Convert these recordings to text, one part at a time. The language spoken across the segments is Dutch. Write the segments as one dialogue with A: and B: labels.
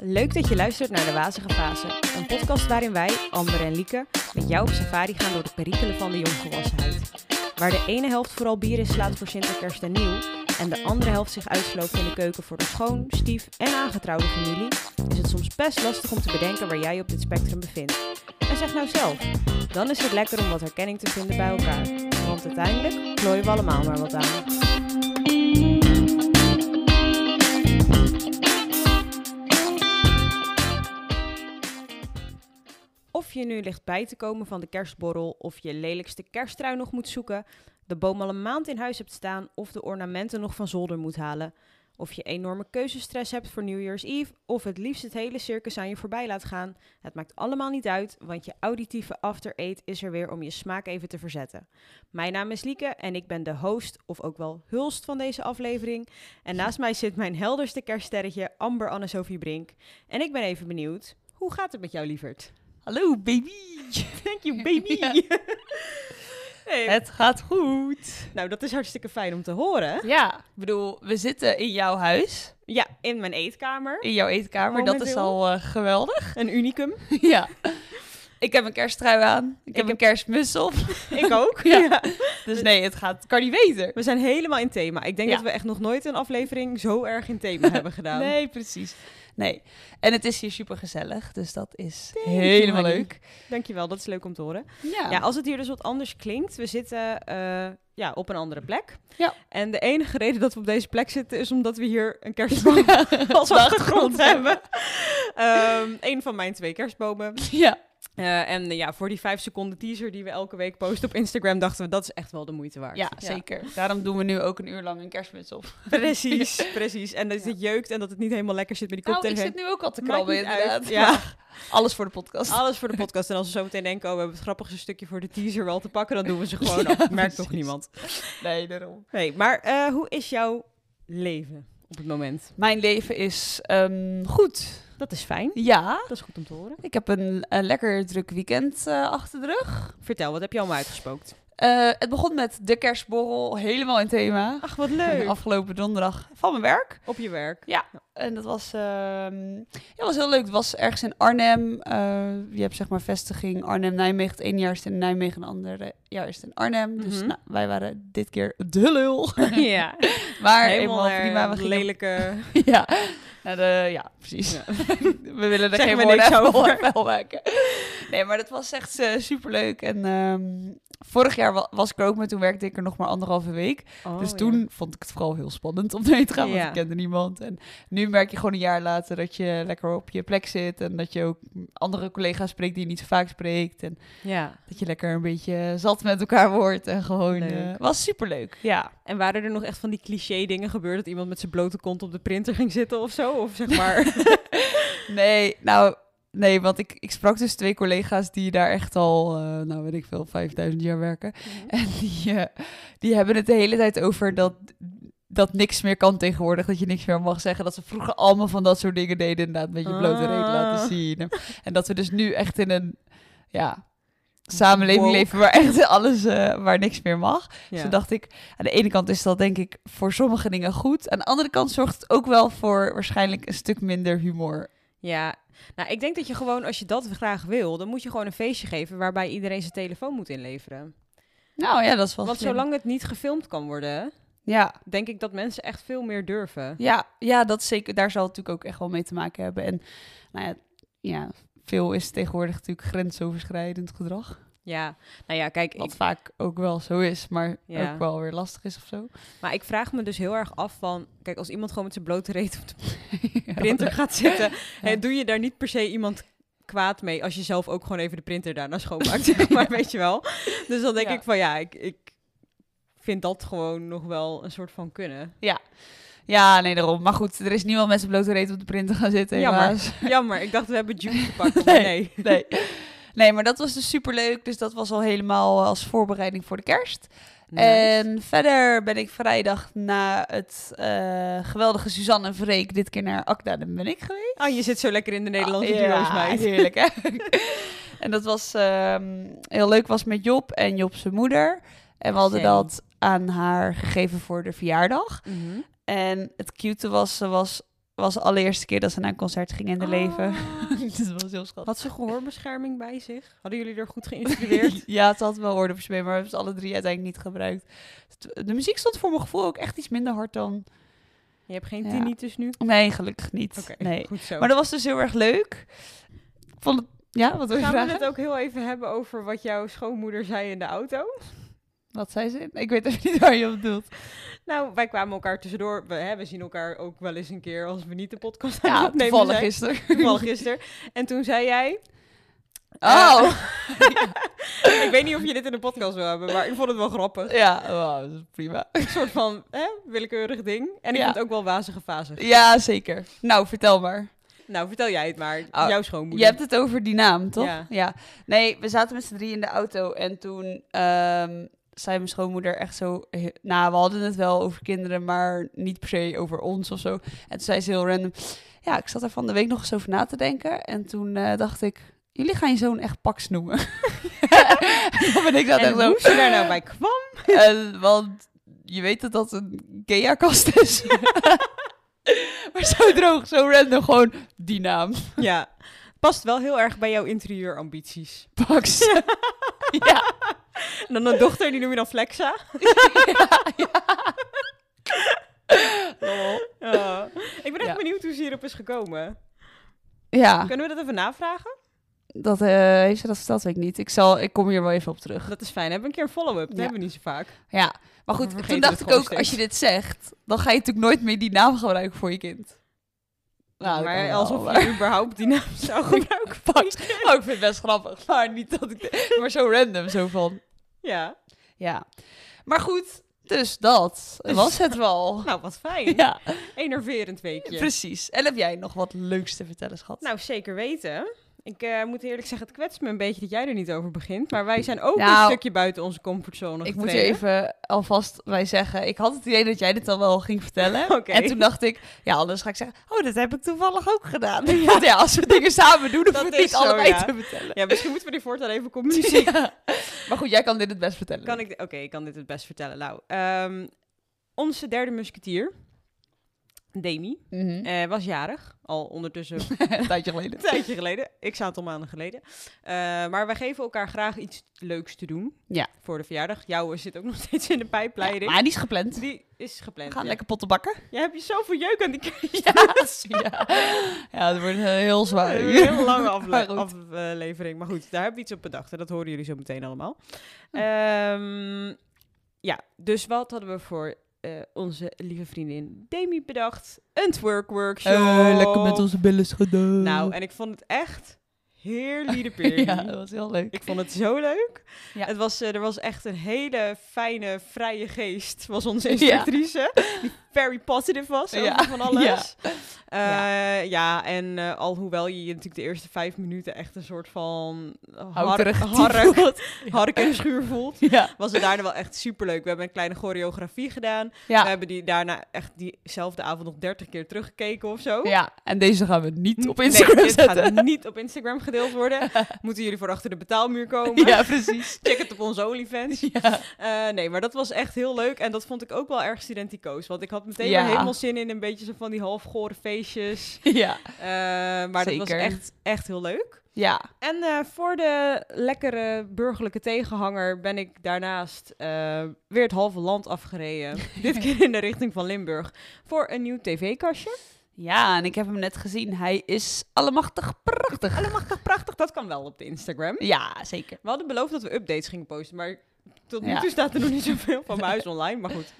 A: Leuk dat je luistert naar De Wazige Fase, een podcast waarin wij, Amber en Lieke, met jou op safari gaan door de perikelen van de jongvolwassenheid. Waar de ene helft vooral bier in slaat voor Sinterkerst en Nieuw, en de andere helft zich uitsloopt in de keuken voor de schoon, stief en aangetrouwde familie, is het soms best lastig om te bedenken waar jij je op dit spectrum bevindt. En zeg nou zelf, dan is het lekker om wat herkenning te vinden bij elkaar. Want uiteindelijk klooien we allemaal maar wat aan. Of je nu ligt bij te komen van de kerstborrel, of je lelijkste kersttrui nog moet zoeken, de boom al een maand in huis hebt staan, of de ornamenten nog van zolder moet halen. Of je enorme keuzestress hebt voor New Year's Eve, of het liefst het hele circus aan je voorbij laat gaan. Het maakt allemaal niet uit, want je auditieve after eat is er weer om je smaak even te verzetten. Mijn naam is Lieke en ik ben de host, of ook wel hulst van deze aflevering. En naast mij zit mijn helderste kerststerretje, Amber Anne-Sophie Brink. En ik ben even benieuwd, hoe gaat het met jou, lieverd?
B: Hallo baby.
A: Thank you, baby.
B: Ja.
A: Hey,
B: Het gaat goed.
A: Nou, dat is hartstikke fijn om te horen.
B: Ja, ik bedoel, we zitten in jouw huis,
A: Ja, in mijn eetkamer.
B: in jouw eetkamer. Dat is
A: Momenteel.
B: al eh, geweldig.
A: Een unicum.
B: ja. Ik heb een kersttrui aan. Ik, heb
A: heb-
B: een kerstmuts op.
A: Ik ook.
B: Ja.
A: Ja.
B: Dus nee, het gaat, kan niet beter.
A: We zijn helemaal in thema. Ik denk
B: Ja.
A: dat we echt nog nooit een aflevering zo erg in thema hebben gedaan.
B: Nee, precies. Nou. Nee. En het is hier super gezellig, dus dat is
A: Thank you,
B: helemaal
A: honey.
B: leuk.
A: Dankjewel, dat is leuk om te horen.
B: Ja.
A: Ja, als het hier dus wat anders klinkt, we zitten eh, ja, op een andere plek.
B: Ja.
A: En de enige reden dat we op deze plek zitten is omdat we hier een kerstboom als achtergrond hebben. Ehm een van mijn twee kerstbomen.
B: Ja.
A: Eh, en eh, ja, voor die vijf seconden teaser die we elke week posten op Instagram, dachten we dat is echt wel de moeite waard.
B: Ja, Nou, zeker. Daarom doen we nu ook een uur lang een kerstmuts op.
A: Precies, precies. En dat het jeukt en dat het niet helemaal lekker zit met die
B: Nou, ik
A: koptelefoon.
B: zit nu ook al te
A: Maakt
B: krabben
A: niet uit,
B: inderdaad. Oh.
A: ja.
B: Maar Alles voor de podcast.
A: Alles voor de podcast. En als we zo meteen denken, oh, we hebben het grappigste stukje voor de teaser wel te pakken, dan doen we ze gewoon.
B: Ja,
A: af. Merkt toch
B: precies.
A: niemand.
B: Nee, daarom.
A: Nee, maar eh, hoe is jouw leven op het moment?
B: Mijn leven is ehm, goed. Ah.
A: Dat is fijn.
B: Ja.
A: Dat is goed om te horen.
B: Ik heb een, een lekker druk weekend eh, achter de rug.
A: Vertel, wat heb je allemaal uitgespookt?
B: Eh, het begon met de kerstborrel, helemaal in thema.
A: Ach, wat leuk.
B: Afgelopen donderdag van mijn werk.
A: Op je werk.
B: En dat was, ehm, ja, was heel leuk. Het was ergens in Arnhem. Eh, je hebt zeg maar vestiging Arnhem-Nijmegen. Het ene jaar is het in Nijmegen, het andere jaar is het in Arnhem. Dus
A: Mhm.
B: nou, wij waren dit keer de lul.
A: ja.
B: Maar
A: Helemaal
B: helemaal prima. We
A: naar
B: gingen
A: lelijke...
B: Ja, naar de, ja precies.
A: Ja.
B: We willen er
A: Zeggen
B: geen
A: we
B: woorden
A: niks
B: aan
A: over.
B: vuil- vuil maken. Nee, maar dat was echt eh, superleuk. En ehm, vorig jaar wa- was ik er ook, maar toen werkte ik er nog maar anderhalve week.
A: Oh,
B: dus
A: ja.
B: toen vond ik het vooral heel spannend om mee te gaan, want
A: Ja.
B: ik kende niemand. En nu merk je gewoon een jaar later dat je lekker op je plek zit. En dat je ook andere collega's spreekt die je niet zo vaak spreekt. En
A: Ja.
B: dat je lekker een beetje zat met elkaar wordt. En gewoon,
A: Leuk.
B: eh, was superleuk. Ja.
A: En waren er nog echt van die cliché dingen gebeurd? Dat iemand met zijn blote kont op de printer ging zitten of zo? Of zeg maar...
B: Nee, nou, nee, want ik, ik sprak dus twee collega's die daar echt al, eh, nou weet ik veel, 5000 jaar werken.
A: Mhm.
B: En die, eh, die hebben het de hele tijd over dat, dat niks meer kan tegenwoordig, dat je niks meer mag zeggen. Dat ze vroeger allemaal van dat soort dingen deden, inderdaad, met je blote reet laten
A: Ah.
B: zien. En dat we dus nu echt in een, ja, samenleving
A: Woke.
B: leven waar echt alles, eh, waar niks meer mag.
A: Ja.
B: Dus toen dacht ik, aan de ene kant is dat denk ik voor sommige dingen goed. Aan de andere kant zorgt het ook wel voor waarschijnlijk een stuk minder humor
A: Ja, nou ik denk dat je gewoon, als je dat graag wil, dan moet je gewoon een feestje geven waarbij iedereen zijn telefoon moet inleveren.
B: Nou ja, dat is wel
A: Want
B: slim.
A: zolang het niet gefilmd kan worden,
B: Ja,
A: denk ik dat mensen echt veel meer durven.
B: ja, ja dat is zeker, daar zal het natuurlijk ook echt wel mee te maken hebben. En nou ja, ja veel is tegenwoordig natuurlijk grensoverschrijdend gedrag.
A: Ja, nou ja, kijk,
B: Wat
A: ik,
B: vaak ook wel zo is, maar
A: Ja.
B: ook wel weer lastig is of zo.
A: maar ik vraag me dus heel erg af van, kijk, als iemand gewoon met zijn blote reet op de printer gaat zitten, hè, doe je daar niet per se iemand kwaad mee als je zelf ook gewoon even de printer daarna schoonmaakt, zeg maar, weet je wel. Dus dan denk
B: Ja.
A: ik van, ja, ik, ik vind dat gewoon nog wel een soort van kunnen.
B: Ja, nee, daarom. Maar goed, er is niemand met zijn blote reet op de printer gaan zitten,
A: Jammer.
B: helaas.
A: Jammer, ik dacht we hebben Juice gepakt, maar nee.
B: Nee. nee, maar dat was dus superleuk. Dus dat was al helemaal als voorbereiding voor de kerst. En verder ben ik vrijdag na het eh, geweldige Suzanne en Freek dit keer naar Akda de Munnik geweest.
A: Oh, je zit zo lekker in de Nederlandse
B: Ah,
A: duo's,
B: ja,
A: meid.
B: heerlijk hè. en dat was ehm, heel leuk, was met Job en Job zijn moeder. En we hadden
A: Jee.
B: dat
A: Mhm.
B: aan haar gegeven voor de verjaardag. En het cute was, ze was was de allereerste keer dat ze naar een concert ging in haar leven. Dus Oh. dat was heel schattig.
A: Had ze gehoorbescherming Ah. bij zich? Hadden jullie er goed geïnstrueerd?
B: Ja, het had wel oordopjes mee, maar we hebben ze alle drie uiteindelijk niet gebruikt. Het- De muziek stond voor mijn gevoel ook echt iets minder hard dan...
A: Je hebt geen
B: Ja.
A: tinnitus nu?
B: Nee, gelukkig niet.
A: Oké,
B: Nee.
A: goed zo.
B: Maar dat was dus heel erg leuk. Ik vond het... Ja, wat wil je
A: Gaan we
B: vragen?
A: het ook heel even hebben over wat jouw schoonmoeder zei in de auto?
B: Wat zei ze? Ik weet even niet waar je op bedoelt.
A: Nou, wij kwamen elkaar tussendoor. We, hè, we zien elkaar ook wel eens een keer als we niet de podcast aan
B: Ja,
A: het opnemen
B: toevallig
A: zijn.
B: gisteren.
A: Toevallig gisteren. En toen zei jij...
B: Oh!
A: eh, ik weet niet of je dit in de podcast wil hebben, maar ik vond het wel grappig.
B: Ja, wauw, dat is prima.
A: Een soort van hè, willekeurig ding. En ik
B: Ja.
A: vond het ook wel wazige fazig.
B: Ja, zeker. Nou, vertel maar.
A: Nou, vertel jij het maar.
B: Oh,
A: Jouw schoonmoeder.
B: Je hebt het over die naam, toch?
A: Ja.
B: Nee, we zaten met z'n drie in de auto en toen ehm, zei mijn schoonmoeder echt zo... he- Nou, we hadden het wel over kinderen, maar niet per se over ons of zo. En toen zei ze heel random... Ja, ik zat er van de week nog eens over na te denken. En toen eh, dacht ik, jullie gaan je zoon echt Pax noemen. en dan ben ik dat
A: en
B: echt zo...
A: hoe ze daar nou bij kwam?
B: En, want je weet dat dat een Gea-kast is. maar zo droog, zo random, gewoon die naam.
A: Ja. Past wel heel erg bij jouw interieurambities.
B: Pax. ja.
A: En dan een dochter, die noem je dan Flexa.
B: Lol.
A: Ja. Ik ben echt
B: Ja. Ah.
A: benieuwd hoe ze hierop is gekomen.
B: Ja,
A: Kunnen we dat even navragen?
B: dat eh, heeft ze dat verteld, weet ik niet. Ik, zal, ik kom hier wel even op terug.
A: Dat is fijn. Hebben we een keer een follow-up? Dat
B: Ja.
A: hebben we niet zo vaak.
B: Ja, maar
A: We
B: goed,
A: vergeten
B: toen
A: het
B: dacht ik
A: gewoon
B: ook,
A: steeds.
B: als je dit zegt, dan ga je natuurlijk nooit meer die naam gebruiken voor je kind. Nou, dat kan
A: maar
B: wel,
A: alsof
B: maar-
A: je überhaupt die naam zou gebruiken.
B: Pax. Oh, ik vind het best grappig, maar niet dat ik... Maar zo random, zo van...
A: Ja.
B: Ja. Maar goed, dus dat was het wel.
A: Nou, wat fijn.
B: Ja,
A: Enerverend weekje.
B: precies. En heb jij nog wat leuks te vertellen, schat?
A: Nou, zeker weten. Ik eh, moet eerlijk zeggen, het kwetst me een beetje dat jij er niet over begint. Maar wij zijn ook een
B: Nou,
A: stukje buiten onze comfortzone
B: ik moet je
A: getreden.
B: even alvast bij zeggen. Ik had het idee dat jij dit al wel ging vertellen.
A: Oké.
B: En toen dacht ik, ja, anders ga ik zeggen, oh, dat heb ik toevallig ook gedaan. Want ja, als we dingen samen doen, hoef
A: Dat
B: ik
A: is
B: niet
A: zo,
B: allebei
A: ja.
B: te vertellen.
A: Ja, misschien moeten we die voortaan even communiceren.
B: Ja. Maar goed, jij kan dit het best vertellen.
A: Kan ik, Oké, ik kan dit het best vertellen. Nou, ehm, onze derde musketier, Demi,
B: Mhm.
A: eh, was jarig. Al ondertussen
B: Een tijdje geleden.
A: een tijdje geleden. Ik zat al maanden geleden. Eh, maar wij geven elkaar graag iets leuks te doen.
B: Ja.
A: Voor de verjaardag. Jouw zit ook nog steeds in de
B: Ja,
A: pijpleiding.
B: maar die is gepland.
A: Die is gepland.
B: We gaan
A: ja.
B: lekker potten bakken.
A: Jij hebt je zoveel jeuk aan die kerst.
B: Ja, ja. ja dat wordt eh, heel zwaar.
A: Een heel lange afle-
B: Maar goed.
A: aflevering. Maar goed, daar hebben we iets op bedacht. En dat horen jullie zo meteen allemaal.
B: Hm.
A: Ehm, ja, dus wat hadden we voor eh, onze lieve vriendin Demi bedacht? Een twerk workshop.
B: Eh, lekker met onze billen schudden.
A: Nou, en ik vond het echt heerlijke peerlie.
B: ja, dat was heel leuk.
A: Ik vond het zo leuk.
B: Ja.
A: Het was, eh, er was echt een hele fijne, vrije geest, was onze
B: Ja.
A: instructrice. Die very positive was over
B: Ja.
A: van alles. Eh, Ja, en eh, alhoewel je je natuurlijk de eerste vijf minuten echt een soort van hark,
B: Houterig
A: hark,
B: type.
A: hark en schuur voelt.
B: Ja.
A: Was het daarna wel echt superleuk. We hebben een kleine choreografie gedaan.
B: Ja.
A: We hebben die daarna echt diezelfde avond nog dertig keer teruggekeken of zo. Hm.
B: ja, en deze gaan we niet op
A: Nee,
B: Instagram
A: dit
B: zetten.
A: gaat niet op Instagram gedeeld worden. Moeten jullie voor achter de betaalmuur komen.
B: Ja, precies.
A: Check het op onze OnlyFans.
B: Ja.
A: Eh, nee, maar dat was echt heel leuk. En dat vond ik ook wel erg studenticoos. Want ik had meteen
B: Ja.
A: weer helemaal zin in een beetje zo van die halfgore feestjes.
B: ja.
A: Eh, maar dat was
B: Zeker.
A: echt, echt heel leuk.
B: Ja.
A: En eh, voor de lekkere burgerlijke tegenhanger ben ik daarnaast eh, weer het halve land afgereden. Dit keer in de richting van Limburg. Voor een nieuw tv-kastje.
B: Ja, en ik heb hem net gezien. Hij is allemachtig prachtig.
A: Allemachtig prachtig, dat kan wel op de Instagram.
B: Ja, zeker.
A: We hadden beloofd dat we updates gingen posten, maar tot nu
B: Ja.
A: toe staat er nog niet zoveel van mijn huis online. Maar goed,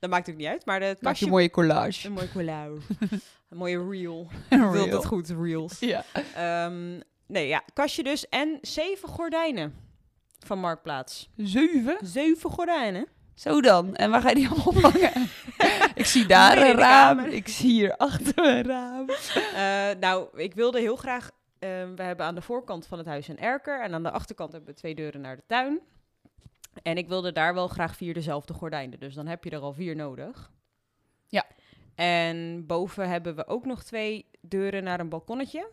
A: dat maakt ook niet uit. Maar eh, het
B: Maak je
A: kastje
B: een mooie collage.
A: Een mooi collage. een mooie reel.
B: Een
A: Ik wil
B: reel.
A: dat goed, reels.
B: Ja.
A: Ehm, nee, ja, kastje dus. En zeven gordijnen van Marktplaats.
B: Zeven.
A: Zeven gordijnen?
B: Zo dan. En waar ga je die allemaal ophangen? ik zie daar
A: Midden in
B: een
A: de
B: raam.
A: kamer.
B: Ik zie hier achter een raam.
A: Eh, nou, ik wilde heel graag... ehm, we hebben aan de voorkant van het huis een erker. En aan de achterkant hebben we twee deuren naar de tuin. En ik wilde daar wel graag vier dezelfde gordijnen. Dus dan heb je er al vier nodig.
B: Ja.
A: En boven hebben we ook nog twee deuren naar een balkonnetje.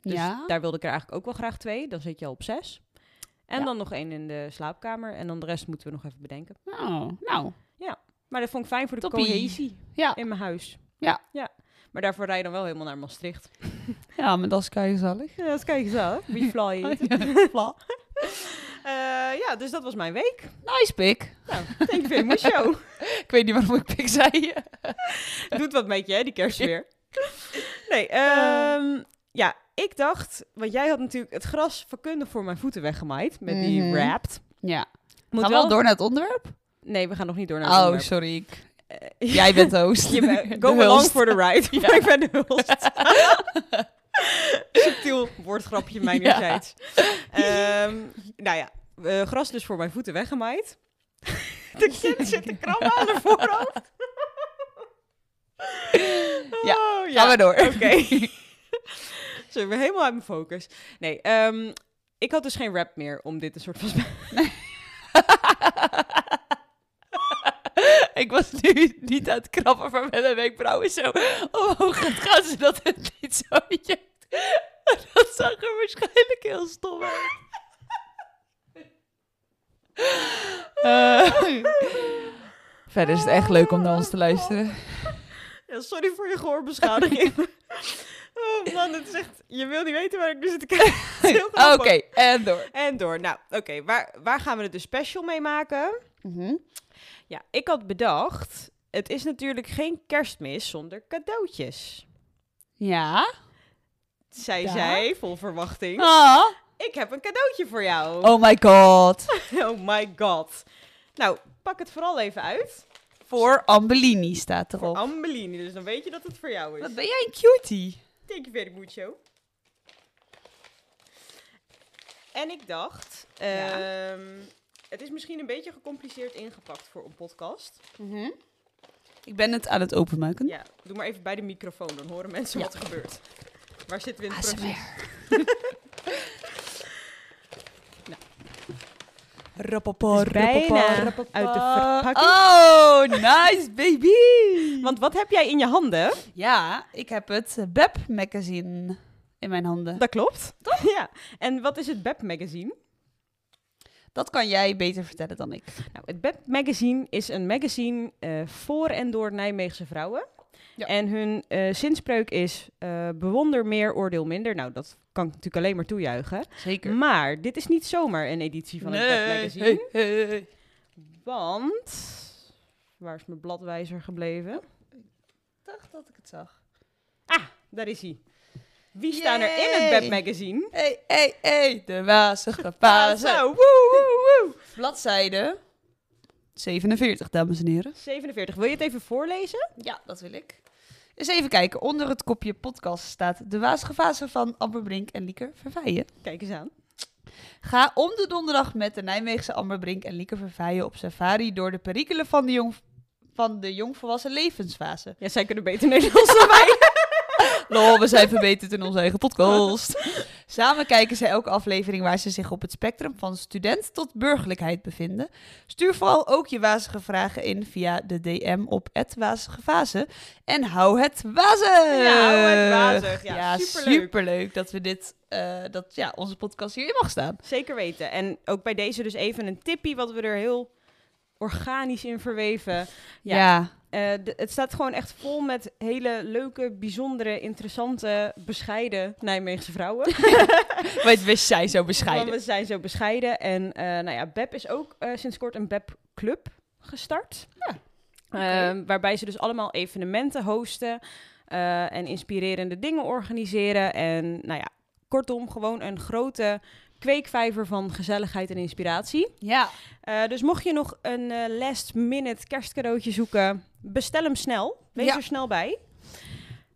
A: Dus
B: ja.
A: daar wilde ik er eigenlijk ook wel graag twee. Dan zit je al op zes. En
B: Ja.
A: dan nog één in de slaapkamer. En dan de rest moeten we nog even bedenken.
B: Nou, nou.
A: Maar dat vond ik fijn voor de
B: Toppie.
A: cohesie
B: Ja.
A: in mijn huis.
B: Ja.
A: ja. Maar daarvoor rij je dan wel helemaal naar Maastricht.
B: Ja, maar dat is keizalig.
A: Ja, dat kijk eens aan. We fly
B: Oh,
A: it.
B: Pla.
A: Eh, ja, dus dat was mijn week.
B: nice pik.
A: Nou, thank you very much, show.
B: Ik weet niet waarom ik pik zei.
A: Doet wat met je, hè, die kerstweer. Nee, ehm, ja, ik dacht... Want jij had natuurlijk het gras vakkundig voor mijn voeten weggemaaid. Met die
B: Mhm.
A: wrapped.
B: Ja.
A: Moet
B: Gaan we al door naar het onderwerp?
A: Nee, we gaan nog niet door naar het
B: oh,
A: onderwerp.
B: sorry. ik-
A: Eh,
B: Jij bent de host.
A: Je bent-
B: De
A: Go along
B: host.
A: for the ride.
B: Ja.
A: Maar ik ben de host. Subtiel woordgrapje mijnerzijds. Ehm, nou ja, eh, gras dus voor mijn voeten weggemaaid. de kind zit te krabben aan de voorhoofd.
B: Ja,
A: Oh,
B: Gaan we door.
A: Oké. Zo, ik ben helemaal uit mijn focus. Nee, ehm, ik had dus geen rap meer om dit een soort van...
B: ik was nu niet aan het krabben, maar met mijn wenkbrauwen zo omhoog gaat gaan, zodat het niet zo jeukt. Dat zag er waarschijnlijk heel stom uit. Eh, verder is het echt leuk om naar ons te luisteren.
A: Ja, sorry voor je gehoorbeschadiging. oh man, het is echt... Je wil niet weten waar ik nu zit te kijken. Het is heel
B: Ah, Oké,
A: grappig.
B: en door.
A: Oh, En door. Nou, oké. Waar, waar gaan we het dus special mee maken? Ja, ik had bedacht... Het is natuurlijk geen kerstmis zonder cadeautjes.
B: Ja.
A: Zij
B: Ja.
A: zei, vol verwachting...
B: Ah.
A: Ik heb een cadeautje voor jou.
B: Oh my god.
A: oh my god. Nou, pak het vooral even uit.
B: Voor Ambelini staat
A: Voor
B: erop.
A: Ambelini, dus dan weet je dat het voor jou is.
B: Wat ben jij een cutie?
A: Thank you very mucho. En ik dacht,
B: Ja.
A: ehm, het is misschien een beetje gecompliceerd ingepakt voor een podcast.
B: Ik ben het aan het openmaken.
A: Mhm. Ja, doe maar even bij de microfoon, dan horen mensen
B: Ja.
A: wat er gebeurt. Waar zitten we in het proces?
B: ASMR. Nou. Rappapa,
A: Het is bijna
B: rappapa,
A: uit de
B: rappapa.
A: verpakking.
B: Oh, nice baby.
A: Want wat heb jij in je handen?
B: ja, ik heb het Beb magazine in mijn handen.
A: Dat klopt. Toch? Ja. En wat is het Beb Magazine?
B: Dat kan jij beter vertellen dan ik.
A: Nou, het Beb Magazine is een magazine eh, voor en door Nijmeegse vrouwen.
B: Ja.
A: En hun eh zinspreuk is eh, bewonder meer, oordeel minder. Nou, dat kan ik natuurlijk alleen maar toejuichen.
B: Zeker.
A: Maar dit is niet zomaar een editie van het Beb Magazine. Want... Waar is mijn bladwijzer gebleven?
B: dacht dat ik het zag.
A: Ah, daar is hij. Wie staan er in
B: Yay!
A: het Beb Magazine?
B: Hé, hé, hé, de wazige
A: Ah,
B: pazen.
A: zo, woe, woe, woe.
B: Bladzijde 47, dames en heren.
A: 47. Wil je het even voorlezen?
B: Ja, dat wil ik. Eens even kijken. Onder het kopje podcast staat de waasgevazen van Amber Brink en Lieke Verveijen.
A: Kijk eens aan.
B: Ga om de donderdag met de Nijmeegse Amber Brink en Lieke Verveijen op safari door de perikelen van de, jong, van de jongvolwassen levensfase.
A: Ja, zij kunnen beter Nederlands dan wij.
B: Lol, we zijn verbeterd in onze eigen podcast. Samen kijken ze elke aflevering waar ze zich op het spectrum van student tot burgerlijkheid bevinden. Stuur vooral ook je wazige vragen in via de DM op het wazige Vazen. En hou het wazig!
A: Ja, hou het wazig. Ja,
B: Ja,
A: superleuk.
B: superleuk. dat we dit, eh, dat ja, onze podcast hierin mag staan.
A: Zeker weten. En ook bij deze dus even een tippie wat we er heel organisch in verweven. Ja.
B: ja.
A: Eh, de- het staat gewoon echt vol met hele leuke, bijzondere, interessante, bescheiden Nijmeegse vrouwen.
B: Wat wist zij zo
A: Want
B: bescheiden?
A: we zijn zo bescheiden. En eh, nou ja, Beb is ook eh, sinds kort een Beb Club gestart.
B: Ja.
A: Ehm, waarbij ze dus allemaal evenementen hosten eh, en inspirerende dingen organiseren. En nou ja, kortom, gewoon een grote kweekvijver van gezelligheid en inspiratie.
B: Ja.
A: Eh, dus mocht je nog een eh, last minute kerstcadeautje zoeken, bestel hem snel. Wees
B: Ja.
A: er snel bij.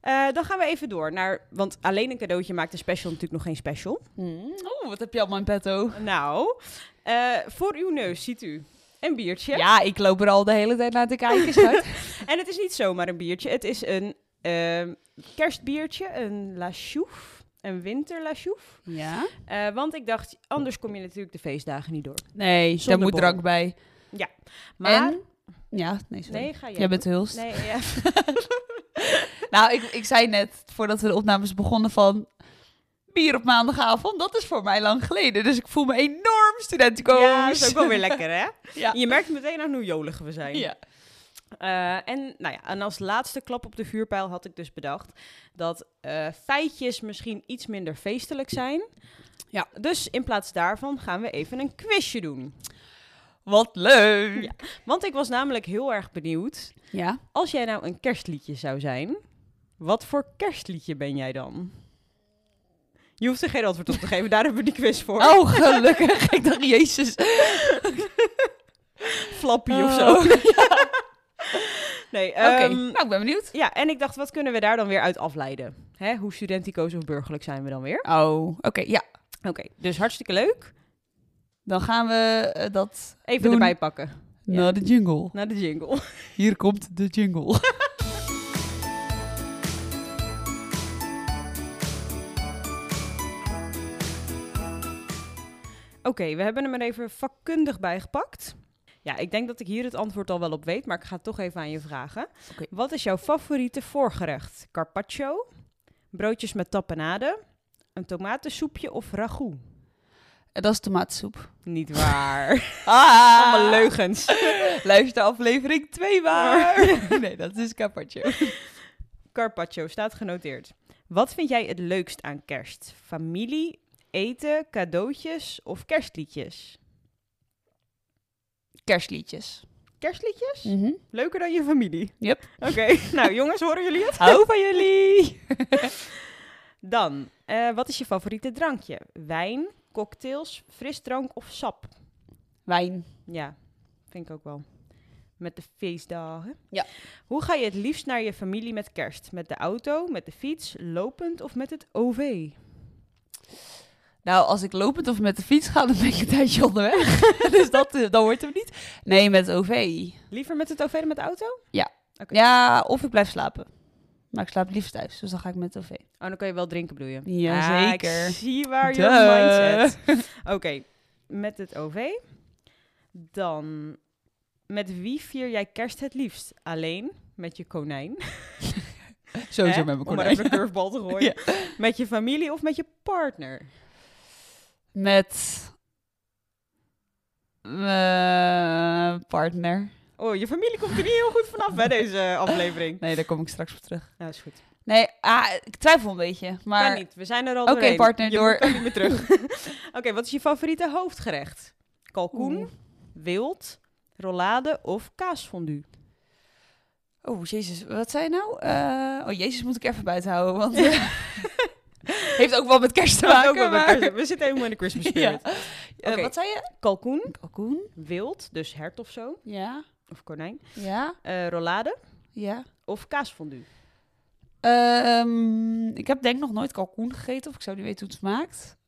A: Eh, dan gaan we even door naar, want alleen een cadeautje maakt een special natuurlijk nog geen special.
B: Oeh, Oh, wat heb je allemaal in petto?
A: Nou, eh, voor uw neus ziet u een biertje.
B: Ja, ik loop er al de hele tijd naar te kijken, schat.
A: En het is niet zomaar een biertje, het is een ehm, kerstbiertje, een La Chouffe, een winter La Chouffe.
B: ja?
A: Eh, want ik dacht, anders kom je natuurlijk de feestdagen niet door.
B: Nee,
A: Zonder
B: daar moet
A: borrel.
B: drank bij.
A: Maar,
B: En? Ja, nee, sorry.
A: nee, ga jij.
B: Jij bent hulst.
A: Nee, ja.
B: Nou, ik, ik zei net, voordat we de opnames begonnen, van... Bier op maandagavond, dat is voor mij lang geleden. Dus ik voel me enorm studentenkoos.
A: ja, dat is ook wel weer lekker, hè?
B: Ja.
A: Je merkt meteen aan hoe jolig we zijn.
B: Ja.
A: Eh, en, nou ja, en als laatste klap op de vuurpijl had ik dus bedacht dat eh, feitjes misschien iets minder feestelijk zijn.
B: Ja.
A: Dus in plaats daarvan gaan we even een quizje doen.
B: Wat leuk!
A: Ja. Want ik was namelijk heel erg benieuwd.
B: ja?
A: Als jij nou een kerstliedje zou zijn, wat voor kerstliedje ben jij dan? Je hoeft er geen antwoord op te geven, daar hebben we die quiz voor.
B: Oh, gelukkig. ik dacht, jezus.
A: Flappy of
B: Oh.
A: zo. nee,
B: Oké,
A: ehm,
B: nou, ik ben benieuwd.
A: Ja, en ik dacht, wat kunnen we daar dan weer uit afleiden? Hè, hoe studenticoos of burgerlijk zijn we dan weer?
B: Oh, oké, ja.
A: Oké, dus hartstikke leuk.
B: Dan gaan we eh, dat...
A: Even
B: Doen.
A: erbij pakken. Ja.
B: Naar de jingle.
A: Naar de jingle.
B: Hier komt de jingle.
A: Oké, we hebben hem er even vakkundig bij gepakt. Ja, ik denk dat ik hier het antwoord al wel op weet, maar ik ga het toch even aan je vragen.
B: Oké.
A: Wat is jouw favoriete voorgerecht? Carpaccio, broodjes met tapenade, een tomatensoepje of ragout?
B: En Eh, dat is tomatensoep.
A: Niet waar.
B: Ah!
A: Allemaal leugens.
B: Luister aflevering 2 maar. nee, dat is Carpaccio.
A: Carpaccio staat genoteerd. Wat vind jij het leukst aan kerst? Familie, eten, cadeautjes of kerstliedjes?
B: Kerstliedjes.
A: Kerstliedjes?
B: Mhm,
A: Leuker dan je familie.
B: Yep.
A: Oké, nou jongens, horen jullie het?
B: Hou van jullie!
A: Dan, eh, wat is je favoriete drankje? Wijn, cocktails, frisdrank of sap?
B: Wijn.
A: Ja, vind ik ook wel. Met de feestdagen.
B: Ja.
A: Hoe ga je het liefst naar je familie met kerst? Met de auto, met de fiets, lopend of met het OV?
B: Nou, als ik lopend of met de fiets ga, dan ben ik een tijdje onderweg. dus dat, eh, dan wordt hem niet. Nee, met OV.
A: Liever met het OV dan met de auto?
B: Ja, of ik blijf slapen. Maar ik slaap het liefst thuis, dus dan ga ik met OV.
A: Oh, dan kan je wel drinken, bedoel je? Ah,
B: Ja, zeker.
A: ik zie waar je
B: Duh.
A: mindset. Oké, met het OV. Dan, met wie vier jij kerst het liefst? Alleen? Met je konijn?
B: Sowieso
A: hè?
B: met mijn
A: Om maar
B: konijn.
A: even een curvebal te gooien. Met je familie of met je partner?
B: Met mijn partner.
A: Oh, je familie komt er niet heel goed vanaf bij deze aflevering.
B: Nee, daar kom ik straks op terug.
A: Nou, is goed.
B: Nee, ah, ik twijfel een beetje.
A: Kan
B: Maar
A: niet, we zijn er al
B: Oké,
A: doorheen.
B: partner,
A: je
B: door.
A: kan niet meer terug. Oké, wat is je favoriete hoofdgerecht? Kalkoen,
B: Oeh.
A: wild, rollade of kaasfondue?
B: Oh, jezus. Wat zei je nou? Eh, oh, jezus moet ik even buiten houden, want... eh, Heeft ook wel met kerst te
A: Nou,
B: maken,
A: ook wel met
B: maar-
A: kerst. We zitten helemaal in de Christmas spirit.
B: Ja. Eh,
A: Oké.
B: wat zei je?
A: Kalkoen,
B: Kalkoen?
A: wild, dus hert of zo,
B: Ja.
A: of konijn.
B: Ja.
A: eh, rollade
B: Ja.
A: of kaasfondue.
B: Ehm, ik heb denk ik nog nooit kalkoen gegeten, of ik zou niet weten hoe het smaakt.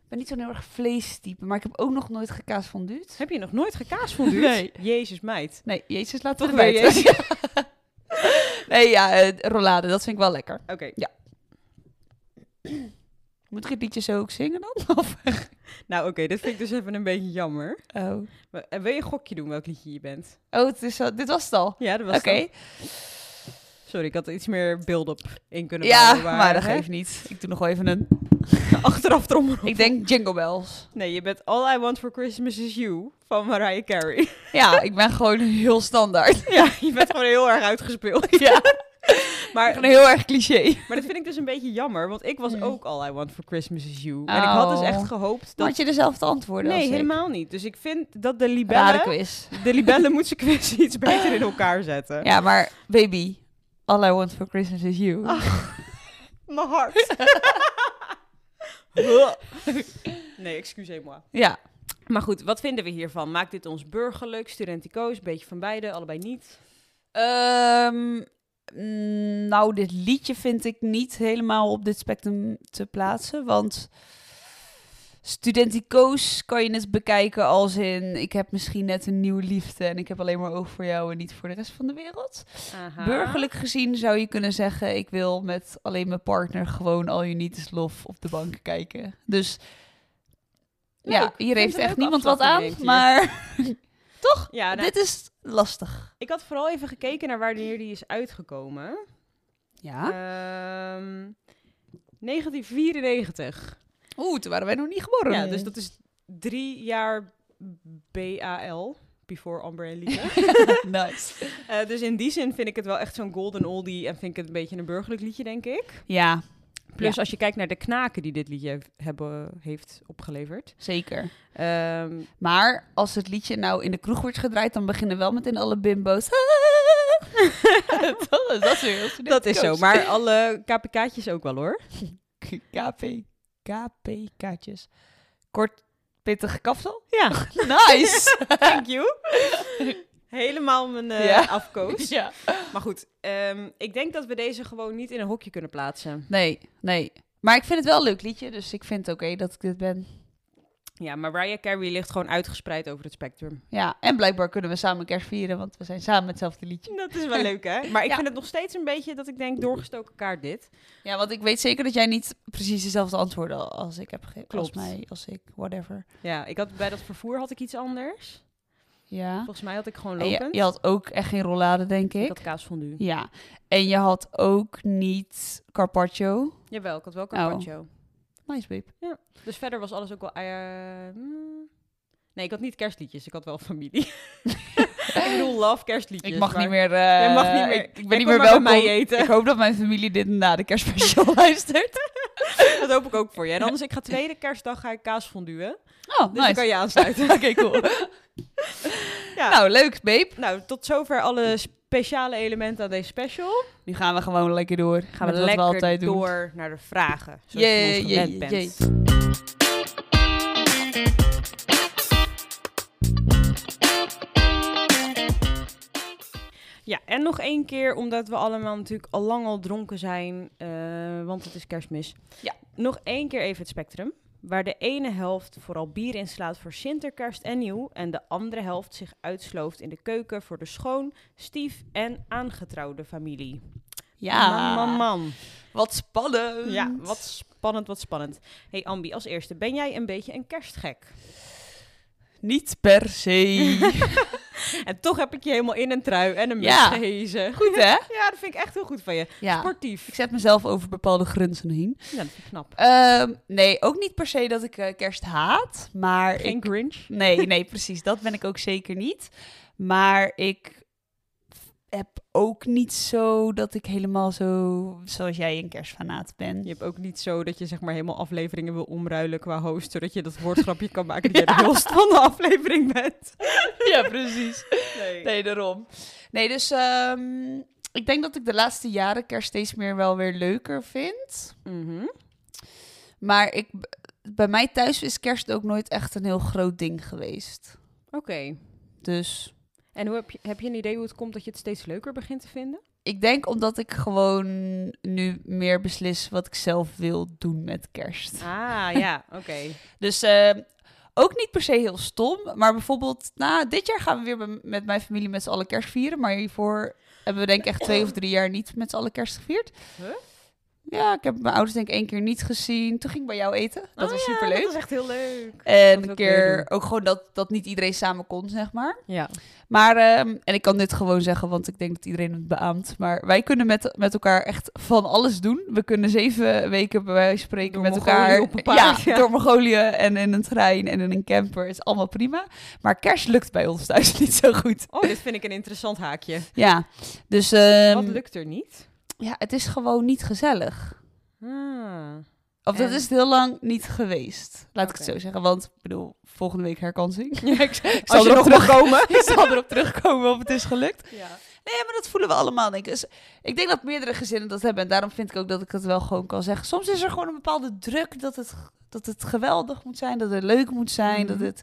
B: Ik ben niet zo'n heel erg vleestype, maar ik heb ook nog nooit gekaas fonduut.
A: Heb je nog nooit gekaasfonduurd?
B: Nee.
A: Jezus meid.
B: Nee, Jezus, laat
A: Toch
B: toch
A: weer
B: weer Jezus. nee, ja, eh, rollade, dat vind ik wel lekker.
A: Oké,
B: Moet ik het liedje zo ook zingen dan? Of?
A: nou oké, dit vind ik dus even een beetje jammer.
B: Oh,
A: Maar, eh, wil je een gokje doen welk liedje je bent?
B: oh het is al- dit was het al.
A: Ja, dat was
B: Oké,
A: het dan. Sorry, ik had er iets meer build-up in kunnen
B: ja,
A: bouwen,
B: maar dat
A: hè,
B: geeft niet. Ik doe nog wel even een...
A: Achteraf trommel.
B: Ik denk Jingle Bells.
A: Nee, je bent All I Want For Christmas Is You van Mariah Carey.
B: Ja, ik ben gewoon heel standaard.
A: ja, je bent gewoon heel erg uitgespeeld.
B: Ja,
A: Maar
B: gewoon heel erg cliché.
A: Maar dat vind ik dus een beetje jammer, want ik was
B: Mm.
A: ook All I Want for Christmas is You. En ik had dus echt
B: Oh.
A: gehoopt
B: Had
A: dat.
B: je dezelfde antwoorden
A: Nee,
B: als ik?
A: helemaal niet. Dus ik vind dat de
B: Rare
A: libellen,
B: quiz.
A: de libellen moet ze quiz iets beter in elkaar zetten.
B: Ja, maar baby, all I want for Christmas is you.
A: Mijn hart. nee, excusez-moi.
B: Ja,
A: Maar goed, wat vinden we hiervan? Maakt dit ons burgerlijk, studenticoos, een beetje van beide, allebei niet?
B: Ehm, mm, nou, dit liedje vind ik niet helemaal op dit spectrum te plaatsen. Want studenticoos kan je het bekijken als in... ik heb misschien net een nieuwe liefde... en ik heb alleen maar oog voor jou en niet voor de rest van de wereld.
A: Aha.
B: Burgerlijk gezien zou je kunnen zeggen... ik wil met alleen mijn partner gewoon al je niet is lof op de bank kijken. Dus ja,
A: Leuk.
B: hier
A: Vind
B: heeft
A: een
B: echt
A: leuke
B: niemand wat aan.
A: afslagbedenkje.
B: Maar toch,
A: Ja, nou,
B: dit is lastig.
A: ik had vooral even gekeken naar wanneer die is uitgekomen.
B: Ja.
A: Ehm, 1994. dus
B: dus Oeh, toen waren wij nog niet geboren.
A: Ja, dus dat is drie jaar BAL. before Amber en Lisa.
B: nice.
A: Eh, dus in die zin vind ik het wel echt zo'n golden oldie en vind ik het een beetje een burgerlijk liedje, denk ik.
B: Ja,
A: Plus
B: Ja.
A: als je kijkt naar de knaken die dit liedje hef- hebben, heeft opgeleverd.
B: zeker.
A: Ehm,
B: Maar als het liedje nou in de kroeg wordt gedraaid, dan beginnen wel meteen alle bimbo's. dat, is, dat is weer heel student-
A: dat is zo,
B: koos.
A: maar alle KPK'tjes ook wel hoor.
B: KP, KPK'tjes. Kort, pittig kapsel.
A: Ja,
B: Nice!
A: thank you. Helemaal mijn eh
B: Ja.
A: afkoos.
B: Oh, ja.
A: Maar goed, ehm, ik denk dat we deze gewoon niet in een hokje kunnen plaatsen.
B: Nee, nee. Maar ik vind het wel een leuk liedje, dus ik vind het oké dat ik dit ben.
A: Ja, maar Mariah Carey ligt gewoon uitgespreid over het spectrum.
B: Ja, en blijkbaar kunnen we samen kerst vieren, want we zijn samen hetzelfde liedje.
A: Dat is wel leuk, hè? Maar ik
B: Ja.
A: vind het nog steeds een beetje dat ik denk doorgestoken kaart dit.
B: Ja, want ik weet zeker dat jij niet precies dezelfde antwoorden al- als ik heb gegeven.
A: Klopt.
B: Als mij, als ik, whatever.
A: Ja, ik had bij dat vervoer had ik iets anders.
B: Ja.
A: Volgens mij had ik gewoon
B: En je,
A: lopend.
B: je had ook echt geen rollade, denk ik.
A: ik had kaas fondue.
B: Ja. En je had ook niet carpaccio.
A: Jawel, ik had wel carpaccio.
B: Oh. Nice, babe.
A: Dus verder was alles ook wel... eh, mm. Nee, ik had niet kerstliedjes. Ik had wel familie. ik bedoel, love kerstliedjes.
B: Ik mag
A: maar-
B: niet meer... eh,
A: Jij mag niet meer.
B: Ik, ik
A: Jij
B: ben
A: komt
B: niet meer
A: maar
B: welkom.
A: bij mij eten.
B: Ik hoop dat mijn familie dit na de kerstspecial luistert.
A: Dat hoop ik ook voor je. En anders, ik ga tweede kerstdag ga ik kaas fonduen.
B: Oh,
A: Dus
B: nice.
A: dan kan je aansluiten.
B: Oké, cool.
A: Ja.
B: Nou, leuk, babe.
A: Nou, tot zover alle speciale elementen aan deze special.
B: Nu gaan we gewoon lekker door. Gaan
A: Met
B: we dat wat we altijd doen.
A: door naar de vragen. Zoals
B: Jee,
A: je van ons
B: jee,
A: gewend
B: jee.
A: bent. Ja, en nog één keer, omdat we allemaal natuurlijk al lang al dronken zijn, eh, want het is kerstmis.
B: Ja.
A: Nog één keer even het spectrum. Waar de ene helft vooral bier inslaat voor Sinterkerst en Nieuw... en de andere helft zich uitslooft in de keuken voor de schoon, stief en aangetrouwde familie.
B: Ja.
A: Man, man, man.
B: Wat spannend.
A: Ja, wat spannend, wat spannend. hey Ambi, als eerste, ben jij een beetje een kerstgek?
B: Niet per se.
A: En toch heb ik je helemaal in een trui en een mes
B: Ja.
A: gehezen.
B: Goed, hè?
A: Ja, dat vind ik echt heel goed van je.
B: Ja.
A: Sportief.
B: Ik zet mezelf over bepaalde grenzen heen.
A: Ja, dat vind ik knap.
B: Ehm, nee, ook niet per se dat ik eh, kerst haat. Maar
A: Geen
B: ik...
A: cringe.
B: Nee, nee, precies. Dat ben ik ook zeker niet. Maar ik heb ook niet zo dat ik helemaal zo... Zoals jij een kerstfanaat bent.
A: Je hebt ook niet zo dat je zeg maar helemaal afleveringen wil omruilen qua host, zodat je dat woordgrapje kan maken dat je de
B: Ja.
A: host van de aflevering bent.
B: Ja, precies.
A: Nee.
B: Nee, daarom. Nee, dus ehm, ik denk dat ik de laatste jaren kerst steeds meer wel weer leuker vind.
A: Mhm.
B: Maar ik, bij mij thuis is kerst ook nooit echt een heel groot ding geweest.
A: Oké.
B: Dus
A: En hoe heb, je, heb je een idee hoe het komt dat je het steeds leuker begint te vinden?
B: ik denk omdat ik gewoon nu meer beslis wat ik zelf wil doen met kerst.
A: Ah, ja, oké.
B: Dus ehm, ook niet per se heel stom. Maar bijvoorbeeld, nou, dit jaar gaan we weer bij- met mijn familie met z'n allen kerst vieren. Maar hiervoor hebben we denk ik echt twee of drie jaar niet met z'n allen kerst gevierd.
A: Huh?
B: Ja, ik heb mijn ouders denk ik één keer niet gezien. Toen ging ik bij jou eten. Dat was superleuk.
A: Oh Dat is echt heel leuk.
B: En
A: wil
B: een
A: ik weer
B: keer ook gewoon dat, dat niet iedereen samen kon, zeg maar.
A: Ja.
B: Maar, ehm, en ik kan dit gewoon zeggen, want ik denk dat iedereen het beaamt. Maar wij kunnen met, met elkaar echt van alles doen. We kunnen zeven weken bij wijze van spreken
A: Door
B: met
A: Mongolië
B: elkaar.
A: op een paard,
B: ja,
A: ja.
B: door Mongolië en in een trein en in een camper. Het is allemaal prima. Maar kerst lukt bij ons thuis niet zo goed.
A: Oh, dit vind ik een interessant haakje.
B: Ja, dus ehm,
A: Wat lukt er niet?
B: ja, het is gewoon niet gezellig.
A: Ah.
B: Of dat
A: En-
B: is het heel lang niet geweest. Laat ik het
A: Oké.
B: zo zeggen. Want ik bedoel, volgende week herkansing.
A: ik,
B: zal
A: je
B: erop
A: nog
B: terug-
A: komen.
B: ik zal erop terugkomen of het is gelukt.
A: Ja.
B: Nee, maar dat voelen we allemaal. Denk ik. Dus ik denk dat meerdere gezinnen dat hebben. En daarom vind ik ook dat ik het wel gewoon kan zeggen. Soms is er gewoon een bepaalde druk dat het, dat het geweldig moet zijn. Dat het leuk moet zijn. Dat
A: Mhm.
B: het...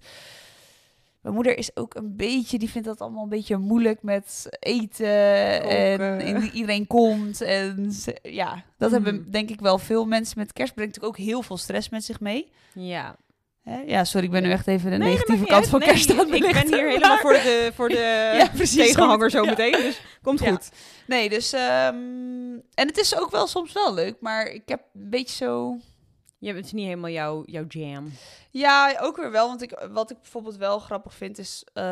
B: Mijn moeder is ook een beetje, die vindt dat allemaal een beetje moeilijk met eten en
A: Koken.
B: in- iedereen komt. En ze- ja, dat
A: Mhm.
B: hebben denk ik wel veel mensen met kerst. Brengt natuurlijk ook heel veel stress met zich mee.
A: ja.
B: Hè? Ja, sorry, ik ben nu echt even de
A: Nee, dat
B: negatieve
A: maakt
B: kant
A: niet
B: van
A: uit.
B: kerst
A: Nee,
B: aan het
A: Ik ben
B: belichten,
A: hier helemaal
B: maar-
A: voor de, voor de
B: Ja, precies,
A: tegenhanger zo
B: ja.
A: meteen. Dus komt
B: Ja.
A: goed.
B: Nee, dus... ehm, en het is ook wel soms wel leuk, maar ik heb een beetje zo...
A: Je, het is niet helemaal jouw, jouw jam.
B: Ja, ook weer wel. Want ik, wat ik bijvoorbeeld wel grappig vind is... eh,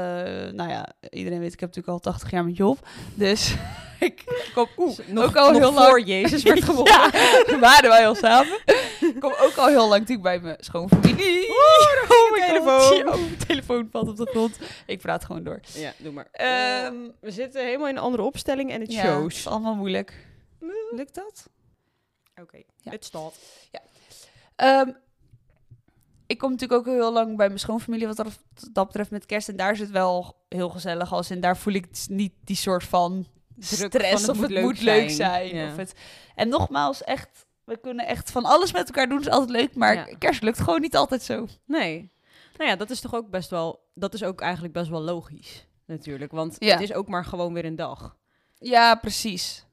B: nou ja, iedereen weet, ik heb natuurlijk al 80 jaar met Job. Dus ik kom oeh,
A: nog,
B: ook al
A: nog
B: heel
A: voor
B: lang...
A: Jezus werd geboren.
B: Ja, we waren wij al samen. Ik kom ook al heel lang natuurlijk bij mijn schoonfamilie.
A: Oeh,
B: Oh,
A: mijn
B: telefoon.
A: telefoon.
B: Oh, mijn telefoon valt op de grond. Ik praat gewoon door.
A: Ja, doe maar.
B: Ehm,
A: we zitten helemaal in een andere opstelling en het
B: ja, het
A: shows.
B: is allemaal moeilijk.
A: Lukt dat? Oké,
B: Ja.
A: het staat.
B: Ehm, ik kom natuurlijk ook heel lang bij mijn schoonfamilie wat dat- dat betreft met kerst. En daar is het wel heel gezellig als. En daar voel ik s- niet die soort van
A: Druk
B: stress
A: van het
B: of
A: moet
B: het
A: leuk
B: moet leuk
A: zijn.
B: zijn.
A: Ja.
B: Of het... En nogmaals, echt, we kunnen echt van alles met elkaar doen. is altijd leuk, maar
A: Ja.
B: kerst lukt gewoon niet altijd zo.
A: Nee. Nou ja, dat is toch ook best wel... Dat is ook eigenlijk best wel logisch, natuurlijk. Want
B: Ja.
A: het is ook maar gewoon weer een dag.
B: Ja, precies.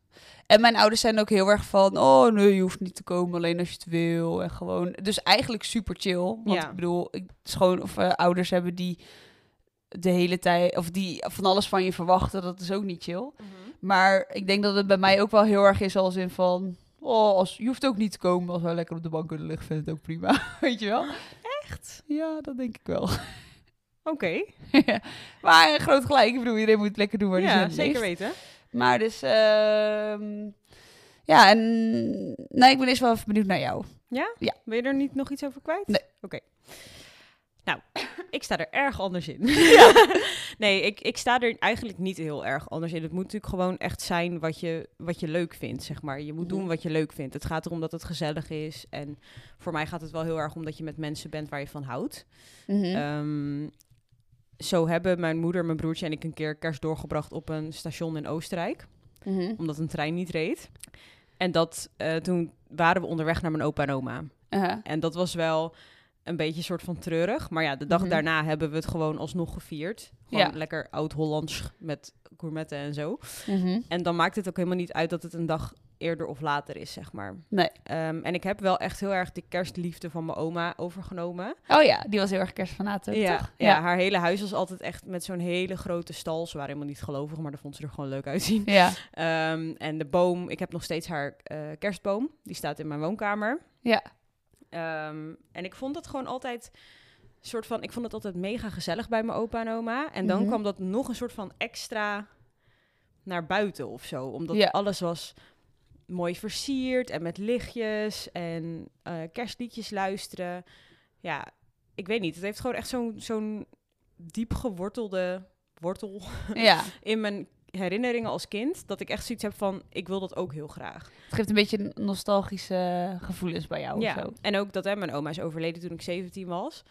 B: En mijn ouders zijn ook heel erg van, oh nee, je hoeft niet te komen, alleen als je het wil. En gewoon, dus eigenlijk super chill. Want
A: Ja.
B: ik bedoel, ik, het is gewoon of eh, ouders hebben die de hele tijd, of die van alles van je verwachten, dat is ook niet chill.
A: Mhm.
B: Maar ik denk dat het bij mij ook wel heel erg is als in van, oh, als, je hoeft ook niet te komen, als wij lekker op de bank kunnen liggen, vind ik het ook prima. Weet je wel? Echt? Ja, dat denk ik wel.
A: Oké.
B: maar eh, groot gelijk, ik bedoel, iedereen moet lekker doen waar hij zin
A: Ja,
B: in
A: zeker
B: heeft.
A: weten.
B: Maar dus, ehm, ja, en nou, ik ben eerst wel even benieuwd naar jou.
A: Wil je er niet nog iets over kwijt?
B: Nee.
A: Oké. Nou, ik sta er erg anders in. nee, ik, ik sta er eigenlijk niet heel erg anders in. Het moet natuurlijk gewoon echt zijn wat je, wat je leuk vindt, zeg maar. Je moet doen
B: Mhm.
A: wat je leuk vindt. Het gaat erom dat het gezellig is. En voor mij gaat het wel heel erg om dat je met mensen bent waar je van houdt.
B: Mhm. Eh,
A: Ehm, zo hebben mijn moeder, mijn broertje en ik een keer kerst doorgebracht op een station in Oostenrijk
B: Mhm.
A: omdat een trein niet reed. En dat, eh, toen waren we onderweg naar mijn opa en oma.
B: Aha.
A: En dat was wel een beetje soort van treurig. Maar ja, de dag
B: Mhm.
A: daarna hebben we het gewoon alsnog gevierd. Gewoon
B: Ja.
A: lekker oud-Hollands met gourmetten en zo.
B: Mhm.
A: En dan maakt het ook helemaal niet uit dat het een dag eerder of later is, zeg maar.
B: Nee.
A: Ehm, en ik heb wel echt heel erg de kerstliefde van mijn oma overgenomen.
B: Oh ja, die was heel erg kerstfanaat ook,
A: ja,
B: toch?
A: ja. haar hele huis was altijd echt met zo'n hele grote stal. Ze waren helemaal niet gelovig, maar dat vond ze er gewoon leuk uitzien.
B: Ja.
A: Ehm, en de boom, ik heb nog steeds haar eh, kerstboom. Die staat in mijn woonkamer.
B: Ja.
A: Ehm, en ik vond dat gewoon altijd soort van, ik vond het altijd mega gezellig bij mijn opa en oma. En dan
B: Mhm.
A: kwam dat nog een soort van extra naar buiten of zo. Omdat
B: Ja.
A: alles was mooi versierd en met lichtjes en eh, kerstliedjes luisteren. Ja, ik weet niet. Het heeft gewoon echt zo'n zo'n diep gewortelde wortel
B: ja.
A: in mijn herinneringen als kind dat ik echt zoiets heb van ik wil dat ook heel graag.
B: Het geeft een beetje nostalgische gevoelens bij jou of Oh, zo.
A: En ook dat hè, mijn oma is overleden toen ik 17 was.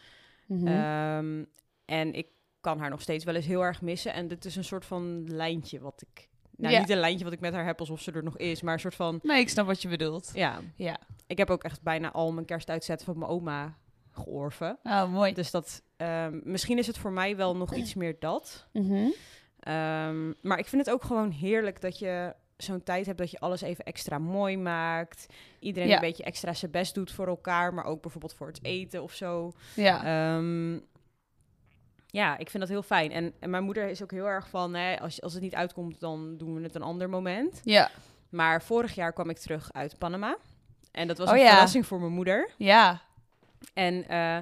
B: Mhm.
A: Ehm, en ik kan haar nog steeds wel eens heel erg missen. En dit is een soort van lijntje wat ik. Nou,
B: Ja.
A: niet een lijntje wat ik met haar heb alsof ze er nog is, maar een soort van.
B: nee, ik snap wat je bedoelt.
A: Ja,
B: Ja.
A: ik heb ook echt bijna al mijn kerstuitzetten van mijn oma georven.
B: Oh, mooi.
A: Dus dat, ehm, misschien is het voor mij wel nog iets meer dat.
B: Mhm.
A: Ehm, maar ik vind het ook gewoon heerlijk dat je zo'n tijd hebt dat je alles even extra mooi maakt. Iedereen
B: Ja.
A: een beetje extra zijn best doet voor elkaar, maar ook bijvoorbeeld voor het eten of zo.
B: Ja.
A: Ehm, ja, ik vind dat heel fijn. En, en mijn moeder is ook heel erg van, hè, als, als het niet uitkomt, dan doen we het een ander moment.
B: Ja.
A: Maar vorig jaar kwam ik terug uit Panama. En dat was
B: Oh
A: een
B: ja.
A: verrassing voor mijn moeder.
B: Ja.
A: En eh,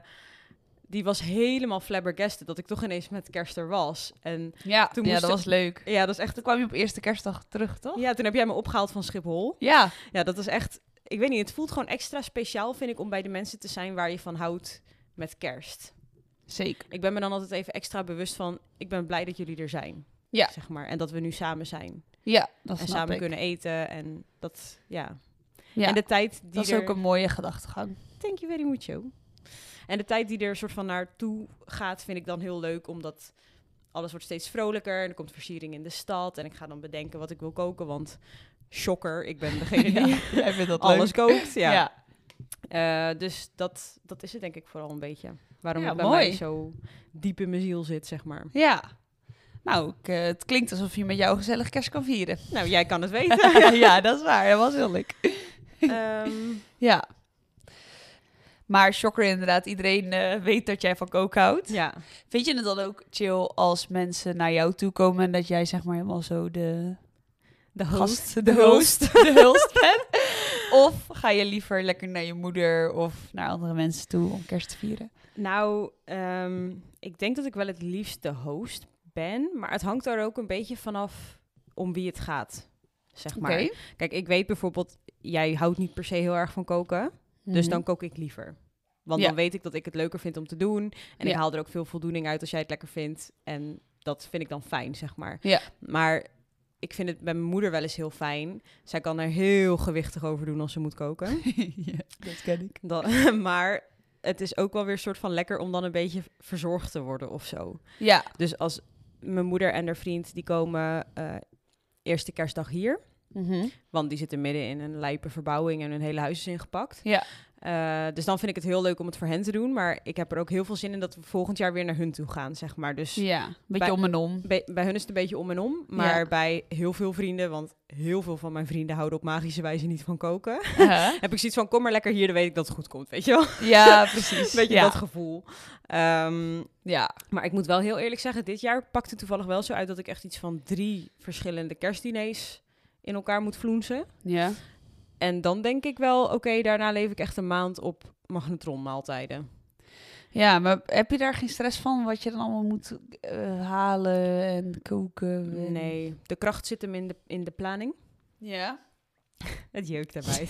A: die was helemaal flabbergasted dat ik toch ineens met kerst er was. En
B: Ja.
A: Toen
B: ja,
A: moest
B: dat
A: ze-
B: was leuk.
A: ja, dat is echt
B: Toen kwam je op eerste kerstdag terug, toch?
A: Ja, toen heb jij me opgehaald van Schiphol.
B: Ja.
A: Ja, dat is echt... Ik weet niet, het voelt gewoon extra speciaal, vind ik, om bij de mensen te zijn waar je van houdt met kerst.
B: Zeker.
A: Ik ben me dan altijd even extra bewust van, ik ben blij dat jullie er zijn.
B: Ja.
A: Zeg maar, en dat we nu samen zijn.
B: Ja, dat
A: en
B: snap
A: samen
B: ik.
A: kunnen eten en dat, ja.
B: Ja.
A: En de tijd die
B: dat is
A: er...
B: ook een mooie gedachtegang.
A: Thank you very much, yo. En de tijd die er soort van naartoe gaat, vind ik dan heel leuk, omdat alles wordt steeds vrolijker en er komt versiering in de stad. En ik ga dan bedenken wat ik wil koken, want shocker, ik ben degene die...
B: Jij vindt dat
A: alles
B: leuk.
A: kookt. Ja.
B: ja.
A: Eh, dus dat, dat is het denk ik vooral een beetje. Waarom
B: Ja,
A: het bij
B: mooi.
A: mij zo diep in mijn ziel zit, zeg maar.
B: Ja. Nou, ik, eh, het klinkt alsof je met jou gezellig kerst kan vieren.
A: Nou, jij kan het weten.
B: ja, dat is waar. Dat was heel leuk.
A: Ehm,
B: Ja. Maar shocker inderdaad, iedereen eh, weet dat jij van koken houdt.
A: ja.
B: Vind je het dan ook chill als mensen naar jou toe komen en dat jij zeg maar helemaal zo de
A: De host.
B: gast, de host, de host bent? Of ga je liever lekker naar je moeder of naar andere mensen toe om kerst te vieren?
A: Nou, ehm, ik denk dat ik wel het liefst de host ben. Maar het hangt er ook een beetje vanaf om wie het gaat. Zeg maar. Kijk, ik weet bijvoorbeeld, jij houdt niet per se heel erg van koken. Dus dan kook ik liever. Want
B: Mhm. Ja.
A: dan weet ik dat ik het leuker vind om te doen. En ik
B: Ja.
A: haal er ook veel voldoening uit als jij het lekker vindt. En dat vind ik dan fijn, zeg maar.
B: Ja.
A: Maar ik vind het bij mijn moeder wel eens heel fijn. Zij kan er heel gewichtig over doen als ze moet koken.
B: ja, dat ken ik.
A: Dan, maar het is ook wel weer een soort van lekker om dan een beetje verzorgd te worden of zo.
B: Ja.
A: Dus als mijn moeder en haar vriend, die komen eh, eerste kerstdag hier.
B: Mhm.
A: Want die zitten midden in een lijpe verbouwing en hun hele huis is ingepakt.
B: Ja.
A: Eh, dus dan vind ik het heel leuk om het voor hen te doen. Maar ik heb er ook heel veel zin in dat we volgend jaar weer naar hun toe gaan, zeg maar. Dus
B: Ja, een beetje
A: Bij-
B: om en om.
A: bij, bij hun is het een beetje om en om. Maar
B: Ja.
A: bij heel veel vrienden, want heel veel van mijn vrienden houden op magische wijze niet van koken.
B: Hè?
A: heb ik zoiets van, kom maar lekker hier, dan weet ik dat het goed komt, weet je wel?
B: ja, precies.
A: Een beetje
B: ja.
A: dat gevoel. Ehm,
B: ja.
A: maar ik moet wel heel eerlijk zeggen, dit jaar pakt het toevallig wel zo uit... dat ik echt iets van drie verschillende kerstdiners in elkaar moet vloensen.
B: Ja.
A: En dan denk ik wel, oké, daarna leef ik echt een maand op magnetronmaaltijden.
B: ja, maar heb je daar geen stress van wat je dan allemaal moet eh, halen en koken? en-
A: Ehm, Nee, de kracht zit hem in de, in de planning.
B: Ja.
A: Het jeukt daarbij.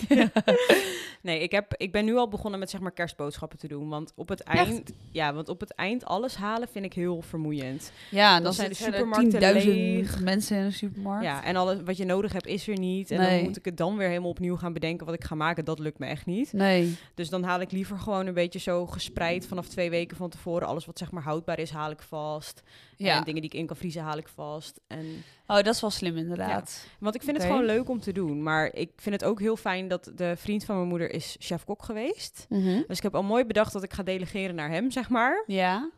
A: nee, ik, heb, ik ben nu al begonnen met zeg maar kerstboodschappen te doen. Want op het
B: Echt?
A: eind, ja, want op het eind alles halen vind ik heel vermoeiend.
B: Ja, en dan,
A: Dan
B: zijn
A: zijn
B: er
A: de
B: zijn er
A: supermarkten
B: 10.000
A: leeg.
B: mensen in de supermarkt.
A: Ja, en alles wat je nodig hebt is er niet. En
B: Nee.
A: dan moet ik het dan weer helemaal opnieuw gaan bedenken wat ik ga maken. Dat lukt me echt niet.
B: Nee.
A: Dus dan haal ik liever gewoon een beetje zo gespreid vanaf twee weken van tevoren. Alles wat zeg maar houdbaar is, haal ik vast. En
B: Ja.
A: dingen die ik in kan vriezen, haal ik vast. En
B: Oh, dat is wel slim inderdaad.
A: Want ik vind
B: Oké.
A: het gewoon leuk om te doen. Maar ik vind het ook heel fijn dat de vriend van mijn moeder is chef-kok geweest.
B: Mhm.
A: Dus ik heb al mooi bedacht dat ik ga delegeren naar hem, zeg maar.
B: Ja.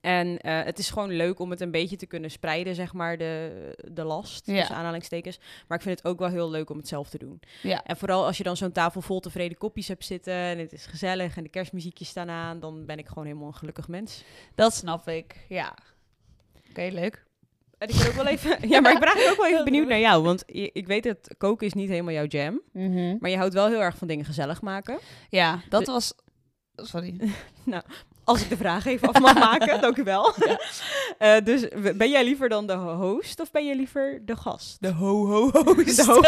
A: En eh, het is gewoon leuk om het een beetje te kunnen spreiden, zeg maar, de, de last.
B: Ja.
A: Tussen aanhalingstekens. Maar ik vind het ook wel heel leuk om het zelf te doen.
B: Ja.
A: En vooral als je dan zo'n tafel vol tevreden kopjes hebt zitten. En het is gezellig en de kerstmuziekjes staan aan. Dan ben ik gewoon helemaal een gelukkig mens.
B: Dat snap ik, ja. Oké, leuk.
A: En ik ben ook wel even... ja, maar ik ben eigenlijk ook wel even benieuwd naar jou. Want je- ik weet dat koken is niet helemaal jouw jam. Maar je houdt wel heel erg van dingen gezellig maken.
B: Mhm. Ja, dat
A: De-
B: was... Sorry.
A: Als ik de vraag even af mag maken, dank u wel. Eh, dus w- ben jij liever dan de ho- host of ben je liever de gast?
B: De ho-ho-host.
A: De ho-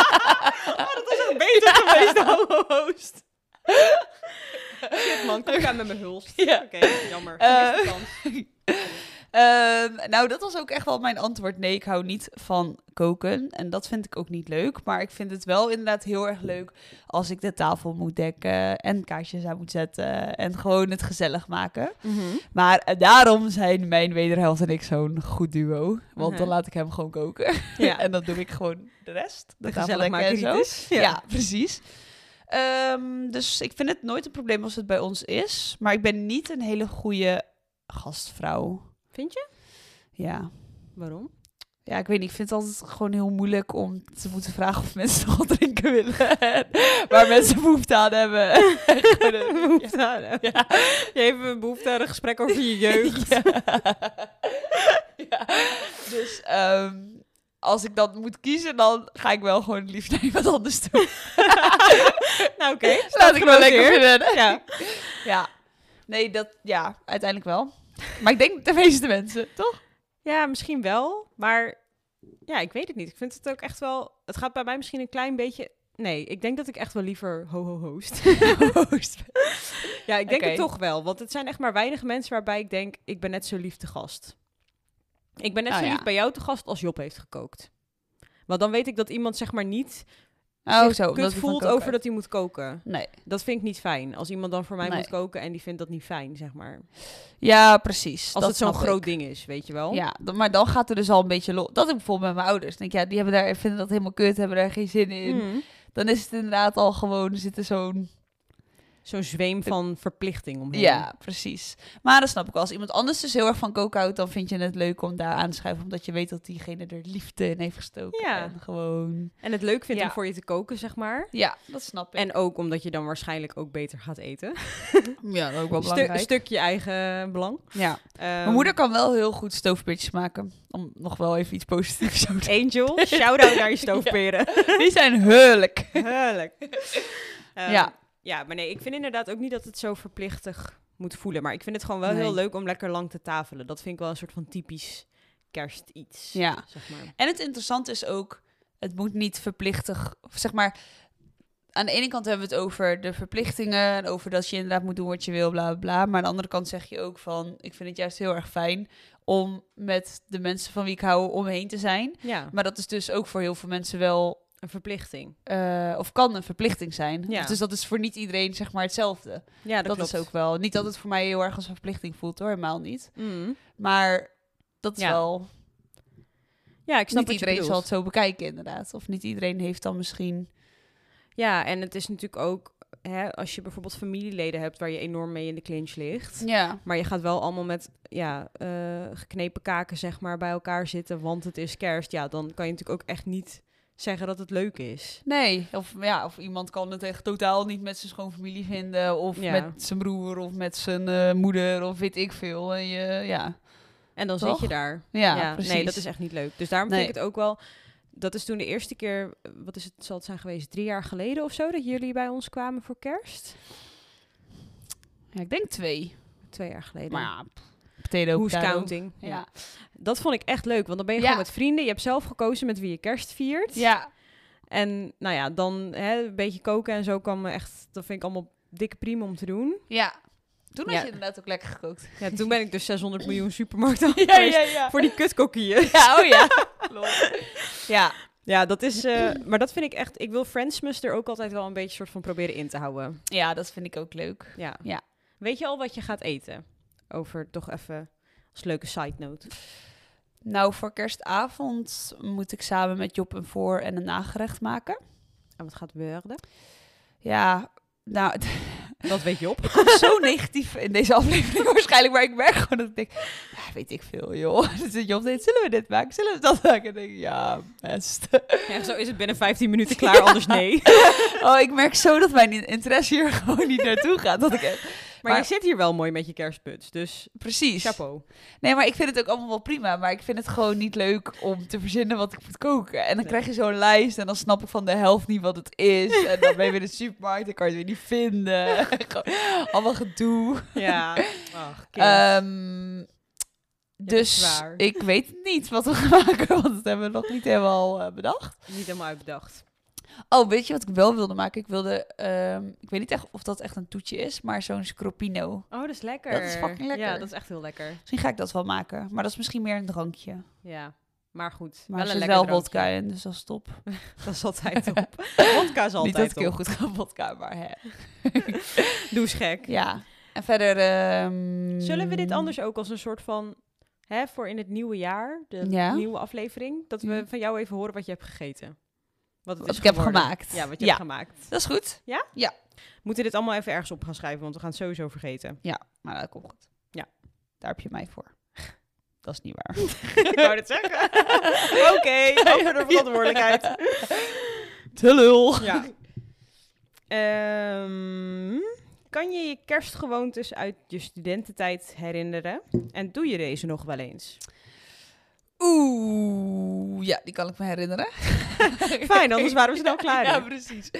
A: Oh, dat was ook beter geweest, de ho-host. Shit man, kom aan met mijn hulst.
B: Ja.
A: Oké, jammer.
B: Eh.
A: Gemiste kans.
B: Ehm, nou, dat was ook echt wel mijn antwoord. Nee, ik hou niet van koken. En dat vind ik ook niet leuk. Maar ik vind het wel inderdaad heel erg leuk als ik de tafel moet dekken en kaarsjes aan moet zetten en gewoon het gezellig maken.
A: mhm.
B: Maar eh, daarom zijn mijn wederhelft en ik zo'n goed duo. Want dan
A: Mhm.
B: laat ik hem gewoon koken.
A: Ja.
B: en dan doe ik gewoon de rest.
A: De
B: tafel
A: gezellig
B: dekken en
A: maken
B: zo.
A: is.
B: Ja, precies. Ehm, dus ik vind het nooit een probleem als het bij ons is. Maar ik ben niet een hele goede gastvrouw.
A: Vind
B: je? Ja.
A: Waarom?
B: Ja, ik weet niet. Ik vind het altijd gewoon heel moeilijk om te moeten vragen of mensen nog wat drinken willen. En Waar mensen behoefte aan hebben.
A: Behoefte aan, hè? Je heeft een behoefte aan een gesprek over je jeugd.
B: Ja. Ja. Dus ehm, als ik dan moet kiezen, dan ga ik wel gewoon lief naar iemand anders toe.
A: Nou oké,
B: Laat ik wel lekker
A: genoteerd.
B: vinden.
A: Ja.
B: Ja. Nee, dat... Ja, uiteindelijk wel. Maar ik denk de meeste mensen, toch?
A: Ja, misschien wel. Maar ja, ik weet het niet. Ik vind het ook echt wel. Het gaat bij mij misschien een klein beetje. Nee, ik denk dat ik echt wel liever ho-ho host. ja, ik denk
B: Oké.
A: het toch wel. Want het zijn echt maar weinig mensen waarbij ik denk, ik ben net zo lief te gast. Ik ben net
B: Oh,
A: zo
B: ja.
A: lief bij jou te gast als Job heeft gekookt. Want dan weet ik dat iemand zeg maar niet
B: Oh,
A: zich
B: zo.
A: kut
B: omdat ik van
A: voelt
B: koken
A: over
B: hou.
A: dat hij moet koken.
B: Nee.
A: Dat vind ik niet fijn. Als iemand dan voor mij
B: Nee.
A: moet koken en die vindt dat niet fijn, zeg maar.
B: Ja, precies.
A: Als
B: dat
A: het zo'n
B: snap
A: groot
B: ik.
A: ding is, weet je wel.
B: Ja, dan- maar dan gaat er dus al een beetje... lo- Dat heb ik bijvoorbeeld met mijn ouders. Denk, ik, ja, die hebben daar, vinden Hmm. dat helemaal kut, hebben daar geen zin in.
A: Mm.
B: Dan is het inderdaad al gewoon... Er zit er zo'n
A: zo'n zweem van verplichting omheen.
B: Ja, precies. Maar dat snap ik wel. Als iemand anders dus heel erg van koken houdt, dan vind je het leuk om daar aan te schuiven. Omdat je weet dat diegene er liefde in heeft gestoken.
A: Ja.
B: En gewoon...
A: En het leuk vindt
B: Ja.
A: om voor je te koken, zeg maar.
B: Ja, dat snap ik.
A: En ook omdat je dan waarschijnlijk ook beter gaat eten.
B: ja, dat ook wel
A: Stu- stuk je eigen belang.
B: ja.
A: Ehm,
B: Mijn moeder kan wel heel goed stoofpitjes maken. Om nog wel even iets positiefs zo te
A: Angel, shout-out naar je stoofperen.
B: Die zijn heerlijk.
A: Heerlijk. Ehm,
B: Ja.
A: Ja, maar nee, ik vind inderdaad ook niet dat het zo verplichtig moet voelen. Maar ik vind het gewoon wel
B: Nee.
A: heel leuk om lekker lang te tafelen. Dat vind ik wel een soort van typisch kerst iets.
B: Ja.
A: Zeg maar.
B: En het interessante is ook, het moet niet verplichtig, of zeg maar, aan de ene kant hebben we het over de verplichtingen en over dat je inderdaad moet doen wat je wil, bla bla bla. Maar aan de andere kant zeg je ook van, ik vind het juist heel erg fijn om met de mensen van wie ik hou omheen te zijn.
A: Ja,
B: Maar dat is dus ook voor heel veel mensen wel,
A: een verplichting.
B: eh, of kan een verplichting zijn.
A: Ja.
B: Dus dat is voor niet iedereen zeg maar hetzelfde.
A: Ja,
B: dat is ook wel, niet dat het voor mij heel erg als een verplichting voelt hoor, helemaal niet.
A: Mm.
B: Maar dat is
A: Ja.
B: wel
A: Ja, ik snap
B: niet
A: wat je
B: iedereen zal
A: bedoelt.
B: het zo bekijken, inderdaad. Of niet iedereen heeft dan misschien.
A: Ja, en het is natuurlijk ook... Hè, als je bijvoorbeeld familieleden hebt waar je enorm mee in de clinch ligt...
B: Ja.
A: Maar je gaat wel allemaal met ja, eh, geknepen kaken zeg maar, bij elkaar zitten, want het is kerst. Ja, dan kan je natuurlijk ook echt niet zeggen dat het leuk is.
B: Nee. Of, ja, of iemand kan het echt totaal niet met zijn schoonfamilie vinden. Of
A: Ja.
B: met zijn broer of met zijn eh, moeder of weet ik veel. En je, ja.
A: En dan
B: Toch?
A: zit je daar.
B: Ja, precies.
A: nee, dat is echt niet leuk. Dus daarom vind ik
B: Nee.
A: het ook wel... Dat is toen de eerste keer, eh, wat is het, zal het zijn geweest, drie jaar geleden of zo, dat jullie bij ons kwamen voor kerst?
B: Ja, ik denk twee.
A: Twee jaar geleden.
B: Maar ja, pff, potato,
A: Who's
B: potato.
A: counting?
B: Ja. Ja.
A: Dat vond ik echt leuk, want dan ben je
B: Ja.
A: gewoon met vrienden. Je hebt zelf gekozen met wie je kerst viert.
B: ja.
A: En nou ja, dan hè, een beetje koken en zo kwam me echt, dat vind ik allemaal dikke prima om te doen.
B: Toen had
A: Ja.
B: je inderdaad ook lekker gekookt.
A: Ja, toen ben ik dus 600 miljoen supermarkten
B: Ja,
A: geweest
B: ja, ja.
A: voor die kutkokieën.
B: Ja, oh ja. Lol. ja.
A: Ja, dat is... eh, maar dat vind ik echt... Ik wil Friendsmas er ook altijd wel een beetje soort van proberen in te houden.
B: ja, dat vind ik ook leuk.
A: Ja.
B: Ja.
A: Weet je al wat je gaat eten? Over toch even als leuke side note.
B: Nou, voor kerstavond moet ik samen met Job een voor- en een nagerecht maken.
A: En wat gaat worden?
B: Ja, nou, het
A: Dat weet je op.
B: komt zo negatief in deze aflevering waarschijnlijk. Maar ik merk gewoon dat ik denk, ja, weet ik veel, joh. Dan zit je op dit, zullen we dit maken? Zullen we dat maken? En denk ik, ja, best.
A: Ja, zo is het binnen 15 minuten klaar, anders nee.
B: Oh, ik merk zo dat mijn interesse hier gewoon niet naartoe gaat. Dat ik, echt-
A: Maar,
B: Maar-
A: je zit hier wel mooi met je kerstputs, dus
B: precies.
A: chapeau.
B: Nee, maar ik vind het ook allemaal wel prima. Maar ik vind het gewoon niet leuk om te verzinnen wat ik moet koken. En dan
A: Nee.
B: krijg je zo'n lijst en dan snap ik van de helft niet wat het is. En dan ben je weer in de supermarkt en kan je het weer niet vinden. Gewoon allemaal gedoe.
A: Ja. Eh, Ach, kind.
B: Ehm,
A: hebt
B: dus
A: zwaar.
B: ik weet niet wat we gaan maken, want dat hebben we nog niet helemaal eh, bedacht.
A: Niet helemaal uitbedacht.
B: Oh, weet je wat ik wel wilde maken? Ik wilde, ehm, ik weet niet echt of dat echt een toetje is, maar zo'n scroppino.
A: Oh, dat is lekker.
B: Dat is fucking lekker.
A: Ja, dat is echt heel lekker.
B: Misschien ga ik dat wel maken, maar dat is misschien meer een drankje.
A: Ja. Maar goed, wel
B: Maar er
A: een
B: zit
A: lekker
B: wel
A: drankje.
B: vodka in, dus dat is top.
A: Dat is altijd op. Wodka is altijd
B: niet dat ik
A: op.
B: heel goed ga vodka, maar hè.
A: Doe eens gek.
B: Ja. En verder... ehm,
A: Zullen we dit anders ook als een soort van... Hè, voor in het nieuwe jaar, de
B: Ja.
A: nieuwe aflevering... dat we
B: Ja.
A: van jou even horen wat je hebt gegeten. Wat, het
B: Wat
A: is
B: ik heb
A: geworden.
B: gemaakt.
A: Ja, wat je
B: Ja.
A: hebt gemaakt.
B: Dat is goed,
A: We Moeten dit allemaal even ergens op gaan schrijven... want we gaan het sowieso vergeten.
B: maar dat komt goed.
A: Ja.
B: Daar heb je mij voor. Dat is niet waar.
A: ik wou het zeggen. Oké, over de verantwoordelijkheid.
B: Te lul.
A: Ja. Ehm, kan je je kerstgewoontes uit je studententijd herinneren? En doe je deze nog wel eens?
B: Oeh, ja, die kan ik me herinneren.
A: Fijn, anders waren we snel klaar.
B: Ja,
A: hè?
B: precies.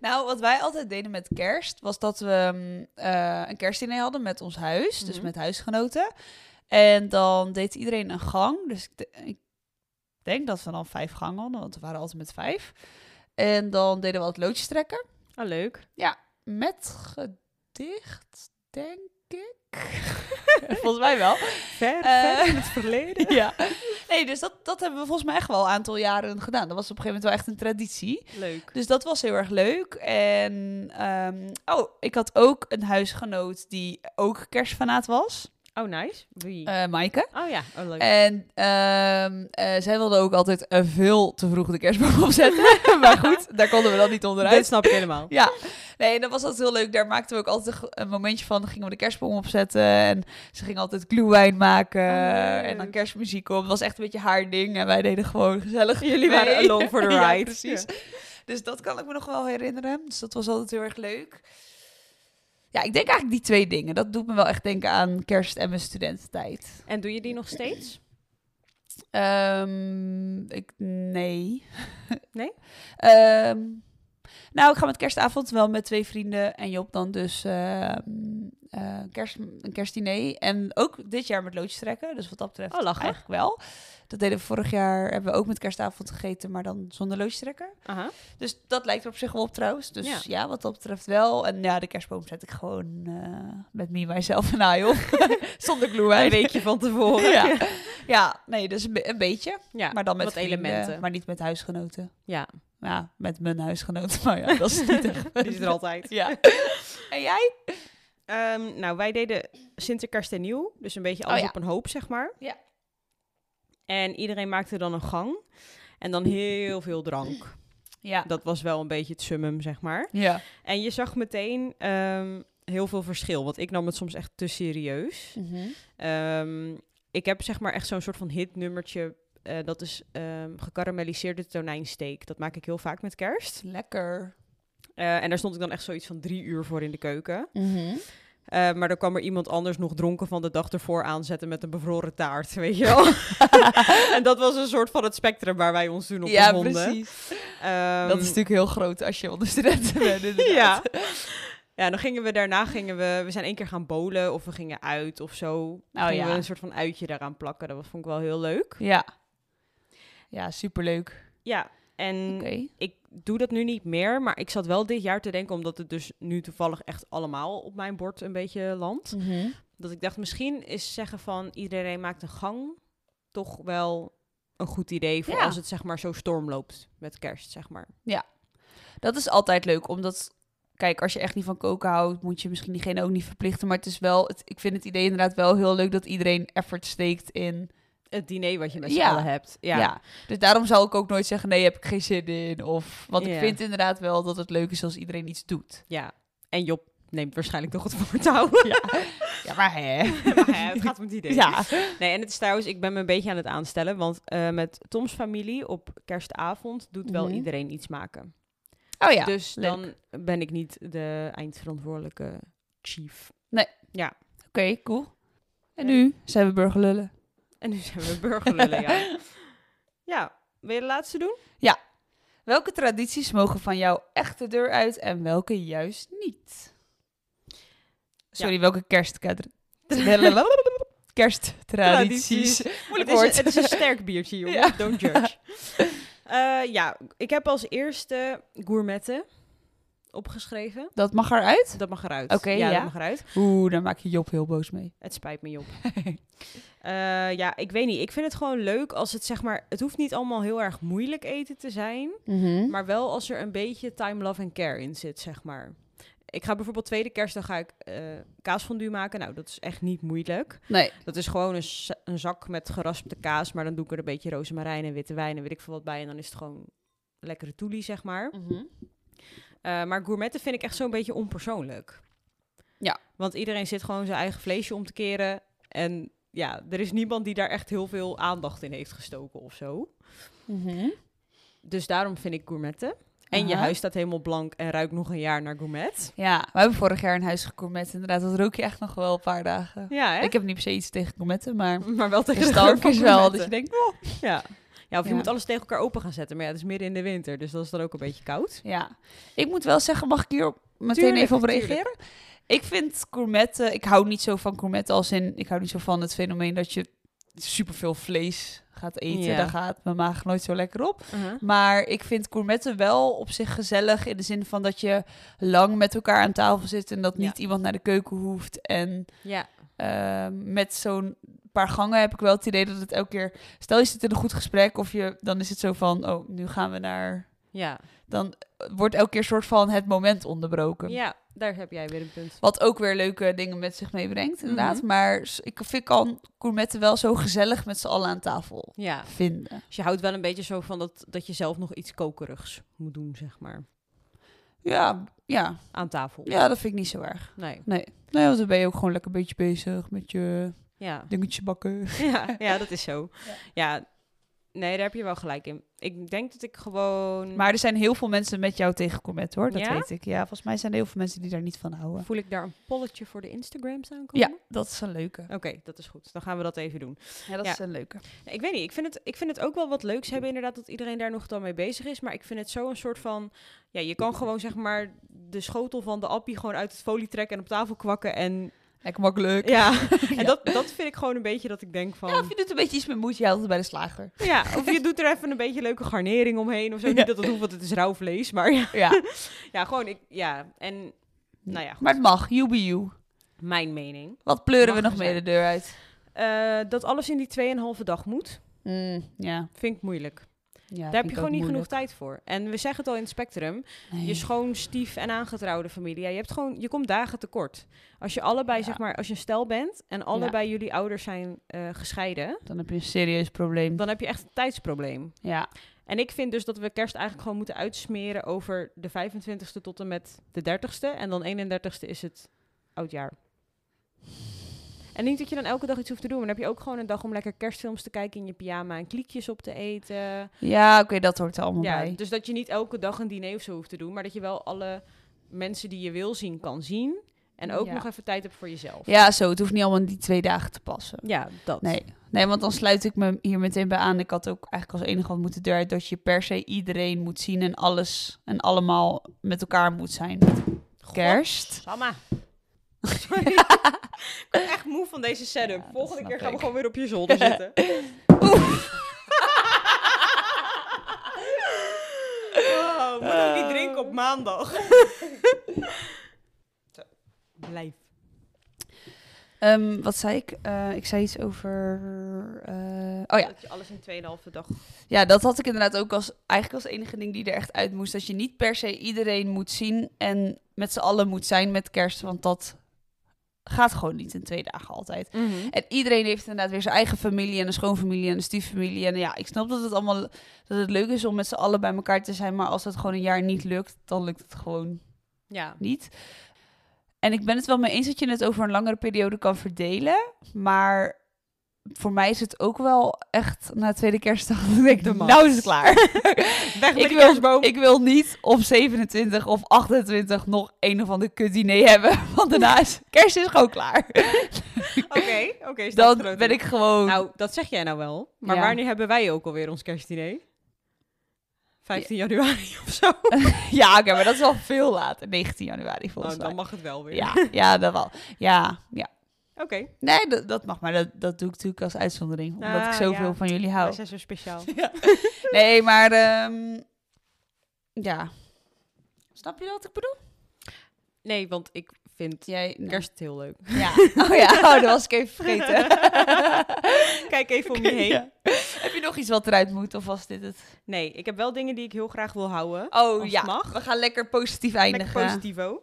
B: Nou, wat wij altijd deden met kerst was dat we mm, eh, een kerstdiner hadden met ons huis, dus
A: Mhm.
B: met huisgenoten. En dan deed iedereen een gang. Dus ik, de- ik denk dat we dan vijf gangen hadden, want we waren altijd met vijf. En dan deden we altijd loodjes trekken
A: Ah, leuk.
B: met gedicht, denk ik. Volgens mij wel.
A: Ver,
B: Eh.
A: ver in het verleden.
B: ja. Nee, dus dat, dat hebben we volgens mij echt wel een aantal jaren gedaan. Dat was op een gegeven moment wel echt een traditie.
A: Leuk.
B: Dus dat was heel erg leuk. En ehm, oh, ik had ook een huisgenoot die ook kerstfanaat was.
A: Oh, nice. Wie?
B: eh Maaike.
A: oh ja, oh leuk.
B: En ehm, eh, zij wilde ook altijd eh, veel te vroeg de kerstboom opzetten. Eh. maar goed, daar konden we dan niet
A: Dit
B: onderuit.
A: snap ik helemaal.
B: Ja, nee, en dat was altijd heel leuk. Daar maakten we ook altijd een ge- een momentje van. Dan gingen we de kerstboom opzetten. En ze ging altijd glühwijn maken.
A: Oh, leuk.
B: en dan kerstmuziek op. Dat was echt een beetje haar ding. En wij deden gewoon gezellig
A: Jullie waren
B: mee.
A: along for the
B: Ja,
A: ride.
B: precies. Dus dat kan ik me nog wel herinneren. Dus dat was altijd heel erg leuk. Ja, ik denk eigenlijk die twee dingen. Dat doet me wel echt denken aan kerst en mijn studententijd.
A: En doe je die nog steeds?
B: Ehm, ik, nee.
A: Nee?
B: Ehm, nou, ik ga met kerstavond wel met twee vrienden en Job dan dus ehm, eh, kerst, een kerstdiner. En ook dit jaar met loodjes trekken. Dus wat dat betreft
A: Oh, lachen.
B: eigenlijk wel. Dat deden we vorig jaar, hebben we ook met kerstavond gegeten, maar dan zonder loodjes trekken.
A: Aha.
B: Dus dat lijkt er op zich wel op trouwens. Dus
A: Ja.
B: ja, wat dat betreft wel. En ja, de kerstboom zet ik gewoon eh, met me, mijzelf en I op. zonder glühwijn.
A: Een weekje van tevoren.
B: Ja. ja, nee, dus een, be- een beetje.
A: Ja,
B: Maar dan met
A: wat
B: vrienden,
A: elementen.
B: Maar niet met huisgenoten.
A: Ja,
B: Ja, met mijn huisgenoten. Maar ja, dat is niet echt.
A: die is er altijd.
B: Ja. En jij?
A: Ehm, nou, wij deden Sinter, Kerst en Nieuw. Dus een beetje alles
B: Oh ja.
A: op een hoop, zeg maar.
B: Ja.
A: En iedereen maakte dan een gang. En dan heel veel drank.
B: Ja.
A: Dat was wel een beetje het summum, zeg maar.
B: Ja.
A: En je zag meteen ehm, heel veel verschil. Want ik nam het soms echt te serieus. Ehm, ik heb zeg maar echt zo'n soort van hitnummertje. eh, dat is ehm, gekarameliseerde tonijnsteek. Dat maak ik heel vaak met kerst.
B: Lekker.
A: Eh, en daar stond ik dan echt zoiets van drie uur voor in de keuken. Eh, maar dan kwam er iemand anders nog dronken van de dag ervoor aanzetten met een bevroren taart, weet je wel. en dat was een soort van het spectrum waar wij ons toen op
B: Ja,
A: bevonden.
B: precies.
A: Ehm,
B: dat is natuurlijk heel groot als je onder studenten bent.
A: ja.
B: inderdaad.
A: ja, dan gingen we daarna, gingen we, we zijn één keer gaan bowlen of we gingen uit of zo.
B: Oh,
A: gingen
B: ja.
A: we een soort van uitje daaraan plakken, dat was, vond ik wel heel leuk.
B: Ja. Ja, superleuk.
A: Ja, en
B: Oké.
A: ik doe dat nu niet meer, maar ik zat wel dit jaar te denken, omdat het dus nu toevallig echt allemaal op mijn bord een beetje landt. Dat ik dacht, misschien is zeggen van iedereen maakt een gang toch wel een goed idee voor
B: Ja.
A: als het zeg maar zo storm loopt met kerst, zeg maar.
B: Dat is altijd leuk, omdat... Kijk, als je echt niet van koken houdt, moet je misschien diegene ook niet verplichten. Maar het is wel, het, ik vind het idee inderdaad wel heel leuk dat iedereen effort steekt in
A: Het diner wat je met z'n
B: Ja.
A: allen hebt. Ja.
B: Ja. Dus daarom zal ik ook nooit zeggen, nee, heb ik geen zin in. Of, want
A: Ja.
B: ik vind inderdaad wel dat het leuk is als iedereen iets doet.
A: ja. En Job neemt waarschijnlijk toch het voortouw.
B: Ja, maar hè?
A: maar hè, het gaat om het idee.
B: Ja.
A: Nee, en het is trouwens, ik ben me een beetje aan het aanstellen, want eh, met Toms familie op kerstavond doet wel
B: Mhm.
A: iedereen iets maken.
B: Oh ja.
A: dus
B: leuk.
A: dan ben ik niet de eindverantwoordelijke chief.
B: Oké, cool. En nu zijn we burgerlullen.
A: En nu zijn we burgerlullen, ja. Ja, wil je de laatste doen?
B: Welke tradities mogen van jou echt de deur uit en welke juist niet? Sorry, welke kersttradities? kersttradities. Moeilijk
A: het, is
B: woord.
A: een, het is een sterk biertje, jongen.
B: Ja.
A: Don't judge. Eh, ja, ik heb als eerste gourmetten opgeschreven.
B: Dat mag eruit?
A: Dat mag eruit.
B: Oké,
A: ja, dat
B: ja.
A: mag eruit.
B: Oeh, daar maak je Job heel boos mee.
A: Het spijt me, Job. Eh, ja, ik weet niet. Ik vind het gewoon leuk als het zeg maar... Het hoeft niet allemaal heel erg moeilijk eten te zijn.
B: Mhm.
A: Maar wel als er een beetje time, love en care in zit, zeg maar. Ik ga bijvoorbeeld tweede kerstdag ga ik eh kaasfondue maken. Nou, dat is echt niet moeilijk.
B: Nee.
A: Dat is gewoon een, s- een zak met geraspte kaas, maar dan doe ik er een beetje rozemarijn en witte wijn en weet ik veel wat bij. En dan is het gewoon lekkere toelie, zeg maar.
B: Mhm.
A: Eh, maar gourmetten vind ik echt zo'n beetje onpersoonlijk.
B: Ja.
A: Want iedereen zit gewoon zijn eigen vleesje om te keren. En ja, er is niemand die daar echt heel veel aandacht in heeft gestoken of zo.
B: Mhm.
A: Dus daarom vind ik gourmetten. En je
B: Aha.
A: huis staat helemaal blank en ruikt nog een jaar naar gourmet.
B: Ja, we hebben vorig jaar een huis gegourmet. Inderdaad, dat rook je echt nog wel een paar dagen.
A: Ja, hè?
B: Ik heb niet per se iets tegen gourmetten, maar
A: maar wel tegen
B: de
A: de
B: stank
A: geur
B: is
A: van
B: wel
A: gourmetten.
B: dat je denkt...
A: Ja. ja, of je
B: Ja.
A: moet alles tegen elkaar open gaan zetten. Maar ja, het is midden in de winter, dus dat is dan ook een beetje koud.
B: Ja, ik moet wel zeggen, mag ik hier op- meteen
A: Tuurlijk,
B: even op
A: tuurlijk.
B: reageren? Ik vind gourmetten... Ik hou niet zo van gourmetten als in... Ik hou niet zo van het fenomeen dat je superveel vlees gaat eten.
A: Ja.
B: Daar gaat mijn maag nooit zo lekker op.
A: Mhm.
B: Maar ik vind gourmetten wel op zich gezellig. In de zin van dat je lang met elkaar aan tafel zit. En dat
A: Ja.
B: niet iemand naar de keuken hoeft. En
A: Ja.
B: Ehm, met zo'n paar gangen heb ik wel het idee dat het elke keer... Stel je zit in een goed gesprek of je... Dan is het zo van, oh, nu gaan we naar
A: Ja.
B: dan wordt elke keer soort van het moment onderbroken.
A: Ja, daar heb jij weer een punt.
B: Wat ook weer leuke dingen met zich meebrengt, inderdaad.
A: Mhm.
B: Maar s- ik vind kan gourmetten wel zo gezellig met z'n allen aan tafel
A: Ja,
B: vinden.
A: dus je houdt wel een beetje zo van dat, dat je zelf nog iets kokerigs moet doen, zeg maar.
B: Ja, ja,
A: Aan tafel.
B: ja, dat vind ik niet zo erg.
A: Nee.
B: Nee. nee, want dan ben je ook gewoon lekker een beetje bezig met je
A: Ja.
B: dingetje bakken.
A: ja, ja, dat is zo.
B: Ja.
A: Ja. nee, daar heb je wel gelijk in. Ik denk dat ik gewoon...
B: Maar er zijn heel veel mensen met jou tegen gourmet, hoor. Dat
A: Ja?
B: weet ik. Ja, volgens mij zijn er heel veel mensen die daar niet van houden.
A: Voel ik daar een polletje voor de Instagrams aankomen?
B: Ja, dat is een leuke.
A: Oké, dat is goed. Dan gaan we dat even doen.
B: Ja, dat
A: Ja.
B: is een leuke.
A: Nee, Ik weet niet, ik vind, het, ik vind het ook wel wat leuks hebben inderdaad dat iedereen daar nog dan mee bezig is. Maar ik vind het zo een soort van, ja, je kan gewoon zeg maar de schotel van de appie gewoon uit het folie trekken en op tafel kwakken. En
B: Lekker makkelijk.
A: ja, en dat, dat vind ik gewoon een beetje dat ik denk van,
B: Ja,
A: ja,
B: of je doet een beetje iets met moed, je haalt het bij de slager.
A: of je doet er even een beetje leuke garnering omheen of zo.
B: Ja.
A: Niet dat dat hoeft, want het is rauw vlees, maar ja,
B: Ja,
A: ja gewoon, ik, ja, en Nou ja, goed.
B: maar het mag. You be you.
A: mijn mening.
B: Wat pleuren we
A: Mag
B: nog
A: er
B: mee de
A: zijn.
B: deur uit?
A: Eh, dat alles in die 2,5 dag moet,
B: Mm, ja.
A: vind ik moeilijk.
B: ja
A: Daar heb je gewoon niet genoeg tijd voor. En we zeggen het al in het spectrum,
B: Nee.
A: je schoon, stief en aangetrouwde familie. Ja, je, hebt gewoon, je komt dagen tekort. Als je allebei,
B: Ja.
A: zeg maar, als je een stel bent en allebei jullie ouders zijn eh, gescheiden,
B: Dan heb je een serieus probleem.
A: dan heb je echt een tijdsprobleem.
B: Ja.
A: En ik vind dus dat we kerst eigenlijk gewoon moeten uitsmeren over de 25ste tot en met de 30ste. En dan 31ste is het oudjaar. En niet dat je dan elke dag iets hoeft te doen. Maar dan heb je ook gewoon een dag om lekker kerstfilms te kijken in je pyjama en kliekjes op te eten.
B: Ja, oké, dat hoort er allemaal
A: Ja,
B: bij.
A: dus dat je niet elke dag een diner of zo hoeft te doen, maar dat je wel alle mensen die je wil zien kan zien. En ook
B: Ja.
A: nog even tijd hebt voor jezelf.
B: Ja, zo. Het hoeft niet allemaal in die twee dagen te passen.
A: Ja, dat.
B: Nee. nee, want dan sluit ik me hier meteen bij aan. Ik had ook eigenlijk als enige wat moeten deur uit dat je per se iedereen moet zien en alles en allemaal met elkaar moet zijn. Kerst.
A: Samma. Sorry. ik ben echt moe van deze setup.
B: Ja, dat
A: Volgende
B: snap
A: keer gaan we
B: ik.
A: gewoon weer op je zolder zitten. Oh, we moeten ook niet drinken op maandag. Zo, Blijf.
B: Ehm, wat zei ik? Eh, ik zei iets over. eh, oh ja,
A: Dat je alles in 2,5 dag.
B: Ja, dat had ik inderdaad ook als eigenlijk als enige ding die er echt uit moest. Dat je niet per se iedereen moet zien en met z'n allen moet zijn met kerst. Want dat gaat gewoon niet in twee dagen altijd. En iedereen heeft inderdaad weer zijn eigen familie en een schoonfamilie en een stieffamilie. En ja, ik snap dat het allemaal dat het leuk is om met z'n allen bij elkaar te zijn. Maar als dat gewoon een jaar niet lukt, dan lukt het gewoon
A: Ja.
B: niet. En ik ben het wel mee eens dat je het over een langere periode kan verdelen. Maar voor mij is het ook wel echt na tweede kerstdag. Dan denk
A: De
B: ik,
A: max.
B: nou is het klaar.
A: Weg met de
B: ik, wil,
A: kerstboom.
B: ik wil niet op 27 of 28 nog een of ander kut diner hebben. Want daarna is kerst is gewoon klaar.
A: Oké, oké. staat
B: Dan
A: genoten.
B: ben ik gewoon...
A: Nou, dat zeg jij nou wel. Maar
B: Ja.
A: wanneer hebben wij ook alweer ons kerstdiner? 15 januari of zo.
B: Ja, oké, maar dat is al veel later. 19 januari volgens
A: Oh, dan
B: mij.
A: mag het wel weer.
B: Ja, Nou. ja, dat wel. Ja, ja.
A: Oké,
B: Nee, dat, dat mag. Maar dat, dat doe ik natuurlijk als uitzondering. Omdat ik
A: Ah,
B: zoveel
A: ja.
B: van jullie
A: wij
B: hou.
A: zijn zo speciaal.
B: Nee, maar ehm, ja. Snap je wat ik bedoel?
A: Nee, want ik vind
B: Jij nee.
A: kerst heel leuk.
B: Ja. Oh ja, oh, dat was ik even Nou. vergeten.
A: Kijk even om je heen.
B: Ja. Heb je nog iets wat eruit moet of was dit het?
A: Nee, ik heb wel dingen die ik heel graag wil houden.
B: Oh
A: Als
B: ja,
A: mag.
B: we gaan lekker positief eindigen.
A: Lekker positivo.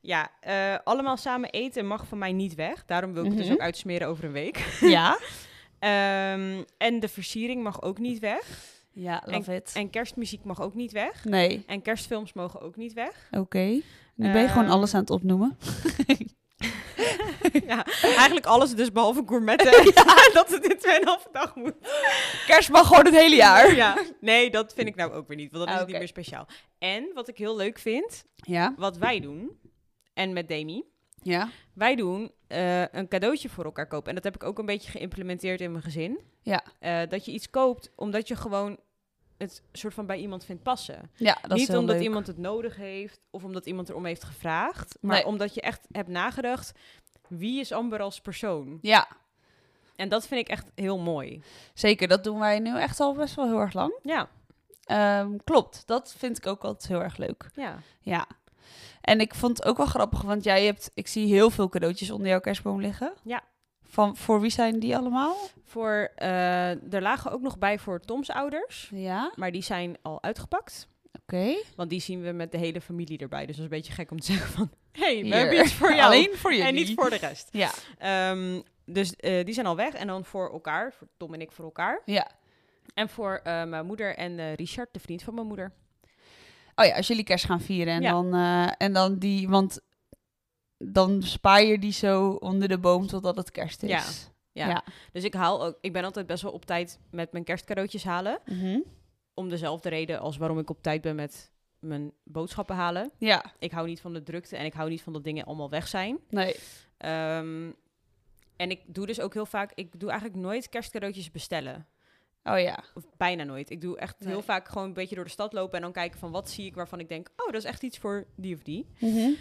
A: Ja, eh, allemaal samen eten mag van mij niet weg. Daarom wil ik het
B: Mhm.
A: dus ook uitsmeren over een week.
B: Ja.
A: Ehm, en de versiering mag ook niet weg.
B: Ja, love it.
A: En kerstmuziek mag ook niet weg.
B: Nee,
A: En kerstfilms mogen ook niet weg.
B: oké. Nu ben je gewoon
A: Ehm,
B: alles aan het opnoemen.
A: Ja, eigenlijk alles dus behalve gourmetten. ja. Dat het in 2,5 dag moet.
B: Kerst mag gewoon het hele jaar.
A: Ja. Nee, dat vind ik nou ook weer niet, want dan is
B: Ah,
A: het
B: oké.
A: niet meer speciaal. En wat ik heel leuk vind,
B: Ja.
A: wat wij doen, en met Demi,
B: Ja.
A: wij doen eh, een cadeautje voor elkaar kopen. En dat heb ik ook een beetje geïmplementeerd in mijn gezin.
B: Ja.
A: Eh, dat je iets koopt omdat je gewoon het soort van bij iemand vindt passen.
B: Ja, dat is
A: niet
B: heel
A: omdat
B: leuk.
A: iemand het nodig heeft of omdat iemand erom heeft gevraagd, maar
B: Nee.
A: omdat je echt hebt nagedacht, wie is Amber als persoon?
B: Ja,
A: En dat vind ik echt heel mooi.
B: zeker. Dat doen wij nu echt al best wel heel erg lang.
A: Ja,
B: Ehm, klopt, dat vind ik ook altijd heel erg leuk.
A: ja.
B: Ja. En ik vond het ook wel grappig, want jij hebt, ik zie heel veel cadeautjes onder jouw kerstboom liggen.
A: Ja.
B: Van, voor wie zijn die allemaal?
A: Voor, eh, er lagen ook nog bij voor Toms ouders,
B: Ja.
A: maar die zijn al uitgepakt.
B: Oké.
A: Want die zien we met de hele familie erbij. Dus dat is een beetje gek om te zeggen van... hey, we
B: Hier.
A: hebben iets voor jou.
B: Alleen voor jullie.
A: en niet voor de rest.
B: Ja.
A: Ehm, dus eh, die zijn al weg. En dan voor elkaar, voor Tom en ik voor elkaar.
B: Ja.
A: En voor eh, mijn moeder en eh, Richard, de vriend van mijn moeder.
B: Oh ja, als jullie kerst gaan vieren en,
A: Ja.
B: dan, eh, en dan die, want dan spaar je die zo onder de boom totdat het kerst is.
A: Ja. Ja.
B: Ja.
A: Dus ik haal ook... Ik ben altijd best wel op tijd met mijn kerstcadeautjes halen.
B: Mhm.
A: Om dezelfde reden als waarom ik op tijd ben met mijn boodschappen halen.
B: ja.
A: Ik hou niet van de drukte en ik hou niet van dat dingen allemaal weg zijn.
B: nee.
A: Ehm, en ik doe dus ook heel vaak... Ik doe eigenlijk nooit kerstcadeautjes bestellen.
B: Oh ja.
A: Of bijna nooit. Ik doe echt heel
B: Nee.
A: vaak gewoon een beetje door de stad lopen... en dan kijken van wat zie ik waarvan ik denk... oh, dat is echt iets voor die of die.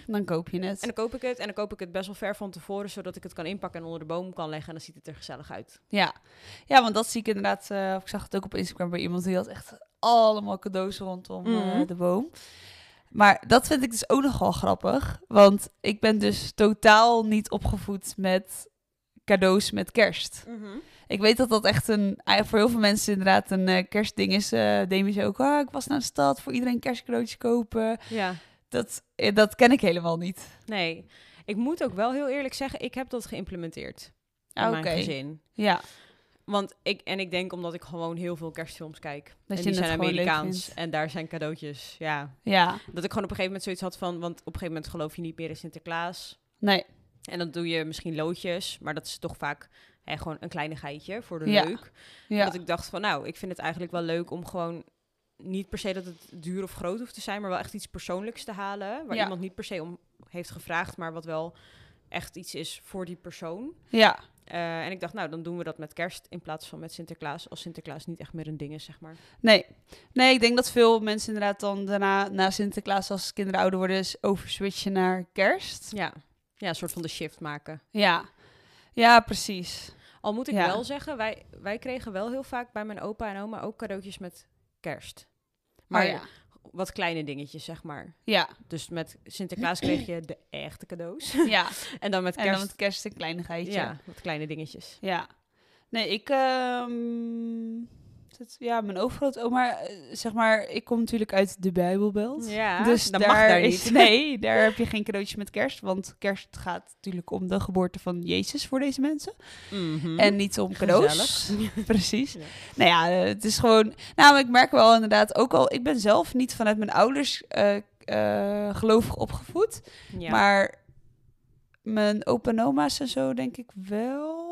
B: Dan koop je het.
A: Mhm. En dan koop ik het. En dan koop ik het best wel ver van tevoren... zodat ik het kan inpakken en onder de boom kan leggen. En dan ziet het er gezellig uit.
B: Ja. ja, want dat zie ik inderdaad. eh, ik zag het ook op Instagram bij iemand die had echt allemaal cadeaus rondom eh,
A: Mhm.
B: de boom. Maar dat vind ik dus ook nog wel grappig. Want ik ben dus totaal niet opgevoed met cadeaus met kerst. Ik weet dat dat echt een, eigenlijk voor heel veel mensen inderdaad een eh, kerstding is. Eh Demi zei ook, ah, ik was naar de stad voor iedereen kerstcadeautjes kopen.
A: Ja.
B: Dat, eh, dat ken ik helemaal niet.
A: Nee. Ik moet ook wel heel eerlijk zeggen... ik heb dat geïmplementeerd in
B: Ah,
A: mijn gezin.
B: Ja,
A: Want ik... En ik denk omdat ik gewoon heel veel kerstfilms kijk. en
B: dat je
A: die
B: het
A: zijn
B: gewoon leuk
A: Amerikaans.
B: vindt.
A: En daar zijn cadeautjes. Ja.
B: Ja,
A: Dat ik gewoon op een gegeven moment zoiets had van... want op een gegeven moment geloof je niet meer in Sinterklaas...
B: nee.
A: En dan doe je misschien loodjes, maar dat is toch vaak hè, gewoon een kleinigheidje voor de
B: Ja.
A: leuk.
B: Ja,
A: Dat ik dacht van, nou, ik vind het eigenlijk wel leuk om gewoon niet per se dat het duur of groot hoeft te zijn, maar wel echt iets persoonlijks te halen. Waar
B: Ja.
A: iemand niet per se om heeft gevraagd, maar wat wel echt iets is voor die persoon.
B: ja.
A: Eh, en ik dacht, nou, dan doen we dat met kerst in plaats van met Sinterklaas. Als Sinterklaas niet echt meer een ding is, zeg maar.
B: Nee. nee, ik denk dat veel mensen inderdaad dan daarna, na Sinterklaas, als kinderen ouder worden, is overswitchen naar kerst.
A: Ja, ja een soort van de shift maken.
B: Ja, ja precies.
A: Al moet ik
B: Ja.
A: wel zeggen, wij, wij kregen wel heel vaak bij mijn opa en oma ook cadeautjes met kerst. Maar
B: Maar Oh ja.
A: wat kleine dingetjes, zeg maar.
B: Ja,
A: Dus met Sinterklaas kreeg je de echte cadeaus.
B: ja.
A: En dan met
B: en dan
A: kerst,
B: met kerst een kleinigheidje.
A: ja, wat kleine dingetjes.
B: Ja. Nee, ik... ehm, dat- ja, mijn overgrootoma, eh, zeg maar, ik kom natuurlijk uit de Bijbelbelt.
A: Ja,
B: dus
A: dat
B: daar,
A: mag daar
B: is,
A: niet.
B: Nee, daar heb je geen cadeautjes met kerst. Want kerst gaat natuurlijk om de geboorte van Jezus voor deze mensen. En niet om cadeaus. Precies.
A: Mhm. Ja.
B: Nou ja, eh, het is gewoon... Nou, maar ik merk wel inderdaad, ook al... Ik ben zelf niet vanuit mijn ouders eh, eh, gelovig opgevoed.
A: ja.
B: Maar mijn opa en oma's en zo denk ik wel.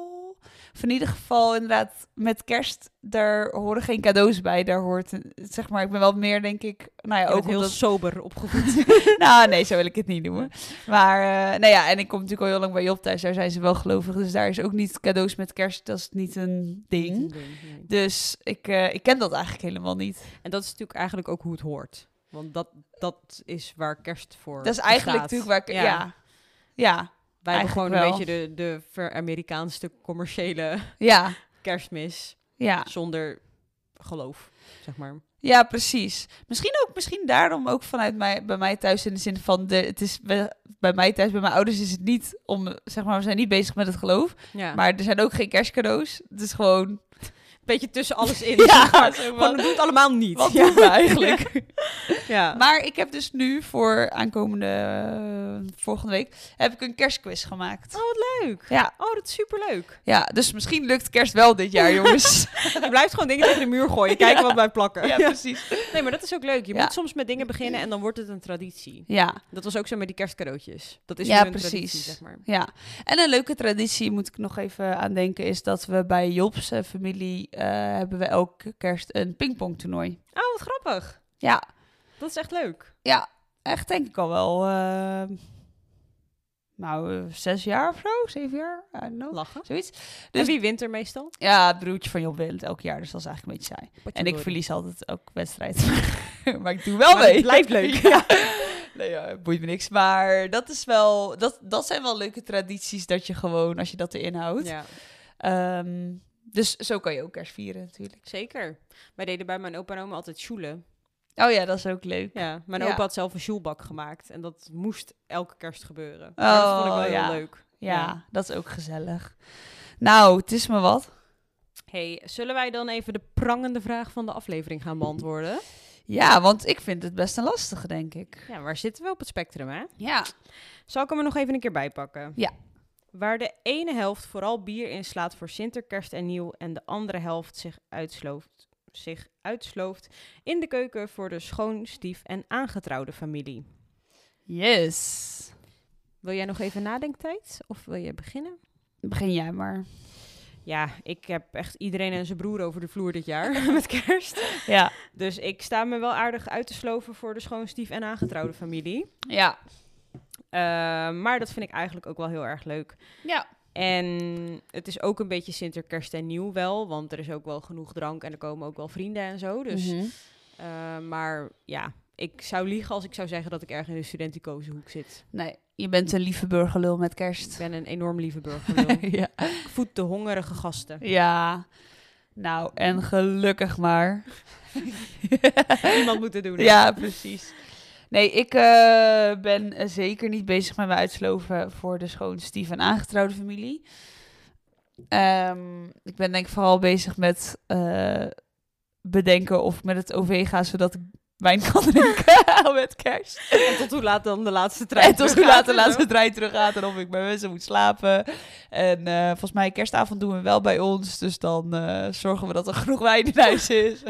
B: Of in ieder geval inderdaad met kerst, daar horen geen cadeaus bij. Daar hoort, een- zeg maar, ik ben wel meer denk ik, nou ja,
A: Je bent
B: ook
A: heel
B: omdat...
A: sober opgevoed.
B: nou nee, zo wil ik het niet noemen. Maar eh, nou ja, en ik kom natuurlijk al heel lang bij Job thuis, daar zijn ze wel gelovig. Dus daar is ook niet cadeaus met kerst, dat is niet een ding.
A: Nee.
B: Dus ik, eh, ik ken dat eigenlijk helemaal niet.
A: En dat is natuurlijk eigenlijk ook hoe het hoort. Want dat, dat is waar kerst voor
B: Dat is eigenlijk
A: bestaat.
B: natuurlijk waar ik... Ja. ja.
A: Wij hebben
B: eigenlijk
A: gewoon een
B: wel.
A: beetje de, de ver-Amerikaanse commerciële
B: ja,
A: kerstmis.
B: ja.
A: Zonder geloof, zeg maar.
B: Ja, precies. Misschien ook, misschien daarom ook vanuit mij, bij mij thuis in de zin van, de, het is bij, bij mij thuis, bij mijn ouders is het niet om, zeg maar, we zijn niet bezig met het geloof,
A: Ja.
B: maar er zijn ook geen kerstcadeaus. Het is gewoon,
A: beetje tussen alles in.
B: Ja,
A: zeg maar.
B: zo van-
A: Gewoon, doe het allemaal niet.
B: wat
A: ja.
B: doen we eigenlijk?
A: Ja.
B: Maar ik heb dus nu voor aankomende, eh, volgende week, heb ik een kerstquiz gemaakt.
A: Oh, wat leuk.
B: Ja,
A: Oh, dat is superleuk.
B: ja, dus misschien lukt kerst wel dit jaar, jongens.
A: Je blijft gewoon dingen tegen de muur gooien. Kijken wat wij plakken.
B: ja, precies.
A: Nee, maar dat is ook leuk. Je
B: Ja.
A: moet soms met dingen beginnen en dan wordt het een traditie.
B: Ja.
A: Dat was ook zo met die kerstcadeautjes. Dat is
B: Ja,
A: nu een
B: precies.
A: traditie, zeg maar.
B: Ja, en een leuke traditie moet ik nog even aan denken is dat we bij Jobs eh, familie eh, hebben we elke kerst een pingpongtoernooi.
A: Oh, wat grappig.
B: Ja,
A: Dat is echt leuk.
B: ja, echt denk ik al wel. eh, nou, eh, zes jaar of zo, zeven jaar, I don't know,
A: Lachen.
B: zoiets.
A: Dus
B: Oh. Dus-
A: en wie wint er meestal?
B: Ja, het broertje van Job wint elk jaar, dus dat is eigenlijk een beetje saai. En ik verlies altijd elke wedstrijd. maar ik doe wel
A: Maar het
B: mee.
A: blijft leuk.
B: ja. Nee, ja, het boeit me niks. Maar dat, is wel, dat, dat zijn wel leuke tradities dat je gewoon, als je dat erin houdt.
A: Ja,
B: Ehm, dus zo kan je ook kerst vieren natuurlijk.
A: zeker. Wij deden bij mijn opa en oma altijd sjoelen.
B: Oh ja, dat is ook leuk.
A: Ja, mijn
B: Ja.
A: opa had zelf een sjoelbak gemaakt. En dat moest elke kerst gebeuren. Maar dat vond ik
B: Oh,
A: wel
B: ja.
A: heel leuk.
B: Ja, dat is ook gezellig. Nou, het is me wat.
A: Hey, zullen wij dan even de prangende vraag van de aflevering gaan beantwoorden?
B: Ja, want ik vind het best een lastige, denk ik.
A: Ja, waar zitten we op het spectrum, hè?
B: Ja.
A: Zal ik hem er nog even een keer bij pakken?
B: Ja.
A: Waar de ene helft vooral bier inslaat voor Sinter, Kerst en Nieuw... en de andere helft zich uitslooft, zich uitslooft in de keuken voor de schoon, stief en aangetrouwde familie.
B: Yes.
A: Wil jij nog even nadenktijd? Of wil je beginnen?
B: Begin jij maar.
A: Ja, ik heb echt iedereen en zijn broer over de vloer dit jaar met kerst.
B: Ja.
A: Dus ik sta me wel aardig uit te sloven voor de schoon, stief en aangetrouwde familie.
B: Ja.
A: Eh, maar dat vind ik eigenlijk ook wel heel erg leuk.
B: Ja.
A: En het is ook een beetje Sinter, Kerst en Nieuw wel, want er is ook wel genoeg drank en er komen ook wel vrienden en zo. Dus,
B: Mhm.
A: eh, maar ja, ik zou liegen als ik zou zeggen dat ik erg in de studenticozenhoek zit.
B: Nee, je bent een lieve burgerlul met
A: Ik
B: kerst.
A: ben een enorm lieve burger.
B: ja.
A: ik voed de hongerige gasten.
B: Ja. Nou, en gelukkig maar.
A: Iemand moet het doen. hè?
B: Ja, precies. Nee, ik eh, ben eh, zeker niet bezig met me uitsloven voor de schoon, stief en aangetrouwde familie. Ehm, ik ben denk ik vooral bezig met eh, bedenken of ik met het OV ga, zodat ik wijn kan drinken met kerst.
A: En tot hoe laat dan de laatste trein?
B: En tot hoe
A: terug
B: laat
A: gaat
B: de
A: en
B: laatste
A: zo.
B: trein teruggaat en of ik bij mensen moet slapen. En eh, volgens mij kerstavond doen we wel bij ons, dus dan eh, zorgen we dat er genoeg wijn in huis is.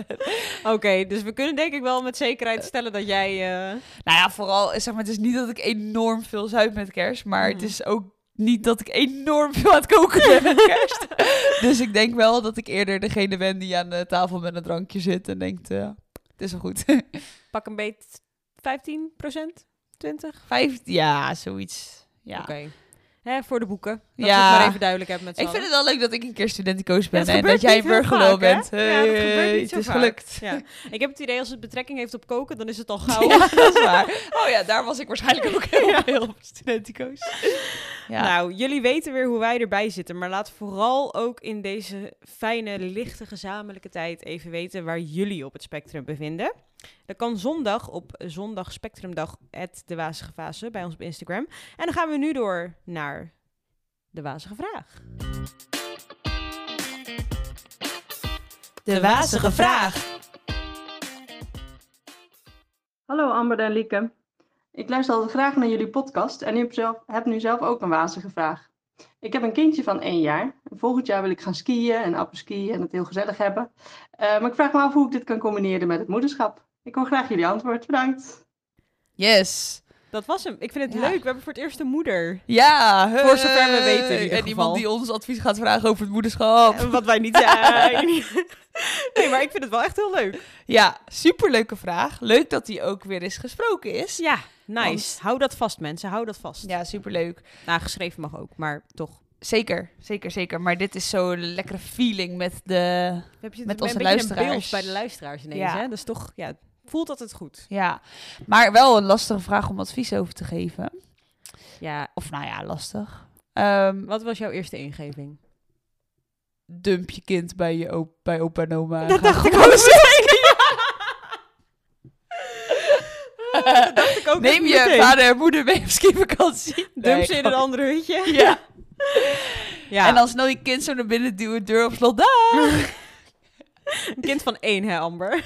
A: Oké, dus we kunnen denk ik wel met zekerheid stellen dat jij... eh,
B: Nou ja, vooral, eh, zeg maar, het is niet dat ik enorm veel zuip met kerst, maar het
A: Mhm.
B: is ook niet dat ik enorm veel aan het koken ben met kerst. dus ik denk wel dat ik eerder degene ben die aan de tafel met een drankje zit en denkt, eh, het is wel goed.
A: pak een beet 15 20?
B: Vijf, ja, zoiets. Ja.
A: Oké. Hè, voor de boeken. Dat
B: Ja.
A: ja. het maar even duidelijk hebt met z'n
B: Ik vind het wel leuk dat ik een keer studenticoos ben
A: dat
B: en dat
A: gebeurt
B: jij een
A: niet heel
B: burgerlul
A: vaak, hè?
B: bent.
A: Ja, dat gebeurt
B: Hey,
A: niet zo
B: Het is
A: vaak.
B: gelukt.
A: Ja. Ik heb het idee als het betrekking heeft op koken, dan is het al gauw.
B: Ja, dat is waar. Oh ja, daar was ik waarschijnlijk ook heel veel op studenticoos. Ja.
A: Nou, jullie weten weer hoe wij erbij zitten. Maar laat vooral ook in deze fijne, lichte, gezamenlijke tijd even weten waar jullie op het spectrum bevinden. Dat kan zondag op zondag spectrumdag de Wazige Fase bij ons op Instagram. En dan gaan we nu door naar de Wazige Vraag.
B: De wazige vraag.
C: Hallo Amber en Lieke. Ik luister altijd graag naar jullie podcast en ik heb, zelf, heb nu zelf ook een wazige vraag. Ik heb een kindje van één jaar. Volgend jaar wil ik gaan skiën en appeskiën en het heel gezellig hebben. Eh, maar ik vraag me af hoe ik dit kan combineren met het moederschap. Ik hoor graag jullie antwoord. Bedankt.
B: Yes.
A: Dat was hem. Ik vind het
B: Ja.
A: leuk. We hebben voor het eerst een moeder.
B: Ja,
A: Voor zover we weten in
B: hey.
A: ieder
B: En iemand
A: geval.
B: die ons advies gaat vragen over het moederschap. Ja,
A: Wat wij niet zijn. nee, maar ik vind het wel echt heel leuk.
B: superleuke vraag. Leuk dat die ook weer eens gesproken is.
A: Ja, nice.
B: Want-
A: Hou dat vast, mensen. Hou dat vast.
B: Ja, superleuk.
A: Nou, geschreven mag ook, maar toch.
B: Zeker, zeker, zeker. Maar dit is zo'n lekkere feeling met de...
A: Heb je
B: Met onze
A: een
B: luisteraars.
A: Een beeld bij de luisteraars ineens,
B: Ja.
A: hè? Dat is toch, ja, voelt dat het goed.
B: Ja, maar wel een lastige vraag om advies over te geven.
A: Ja.
B: Of nou ja, lastig. Ehm,
A: Wat was jouw eerste ingeving?
B: dump je kind bij, je op bij opa en oma.
A: Dat
B: Ga
A: dacht ik
B: gewoon
A: ook.
B: zitten.
A: dat dacht ik ook
B: Neem je
A: meteen.
B: vader en moeder mee op skivakantie.
A: Dump
B: Nee,
A: ze in een
B: grapje.
A: ander hutje.
B: Ja.
A: Ja,
B: En dan snel je kind zo naar binnen duwen, deur op slot. Daag!
A: een kind van één, hè, Amber?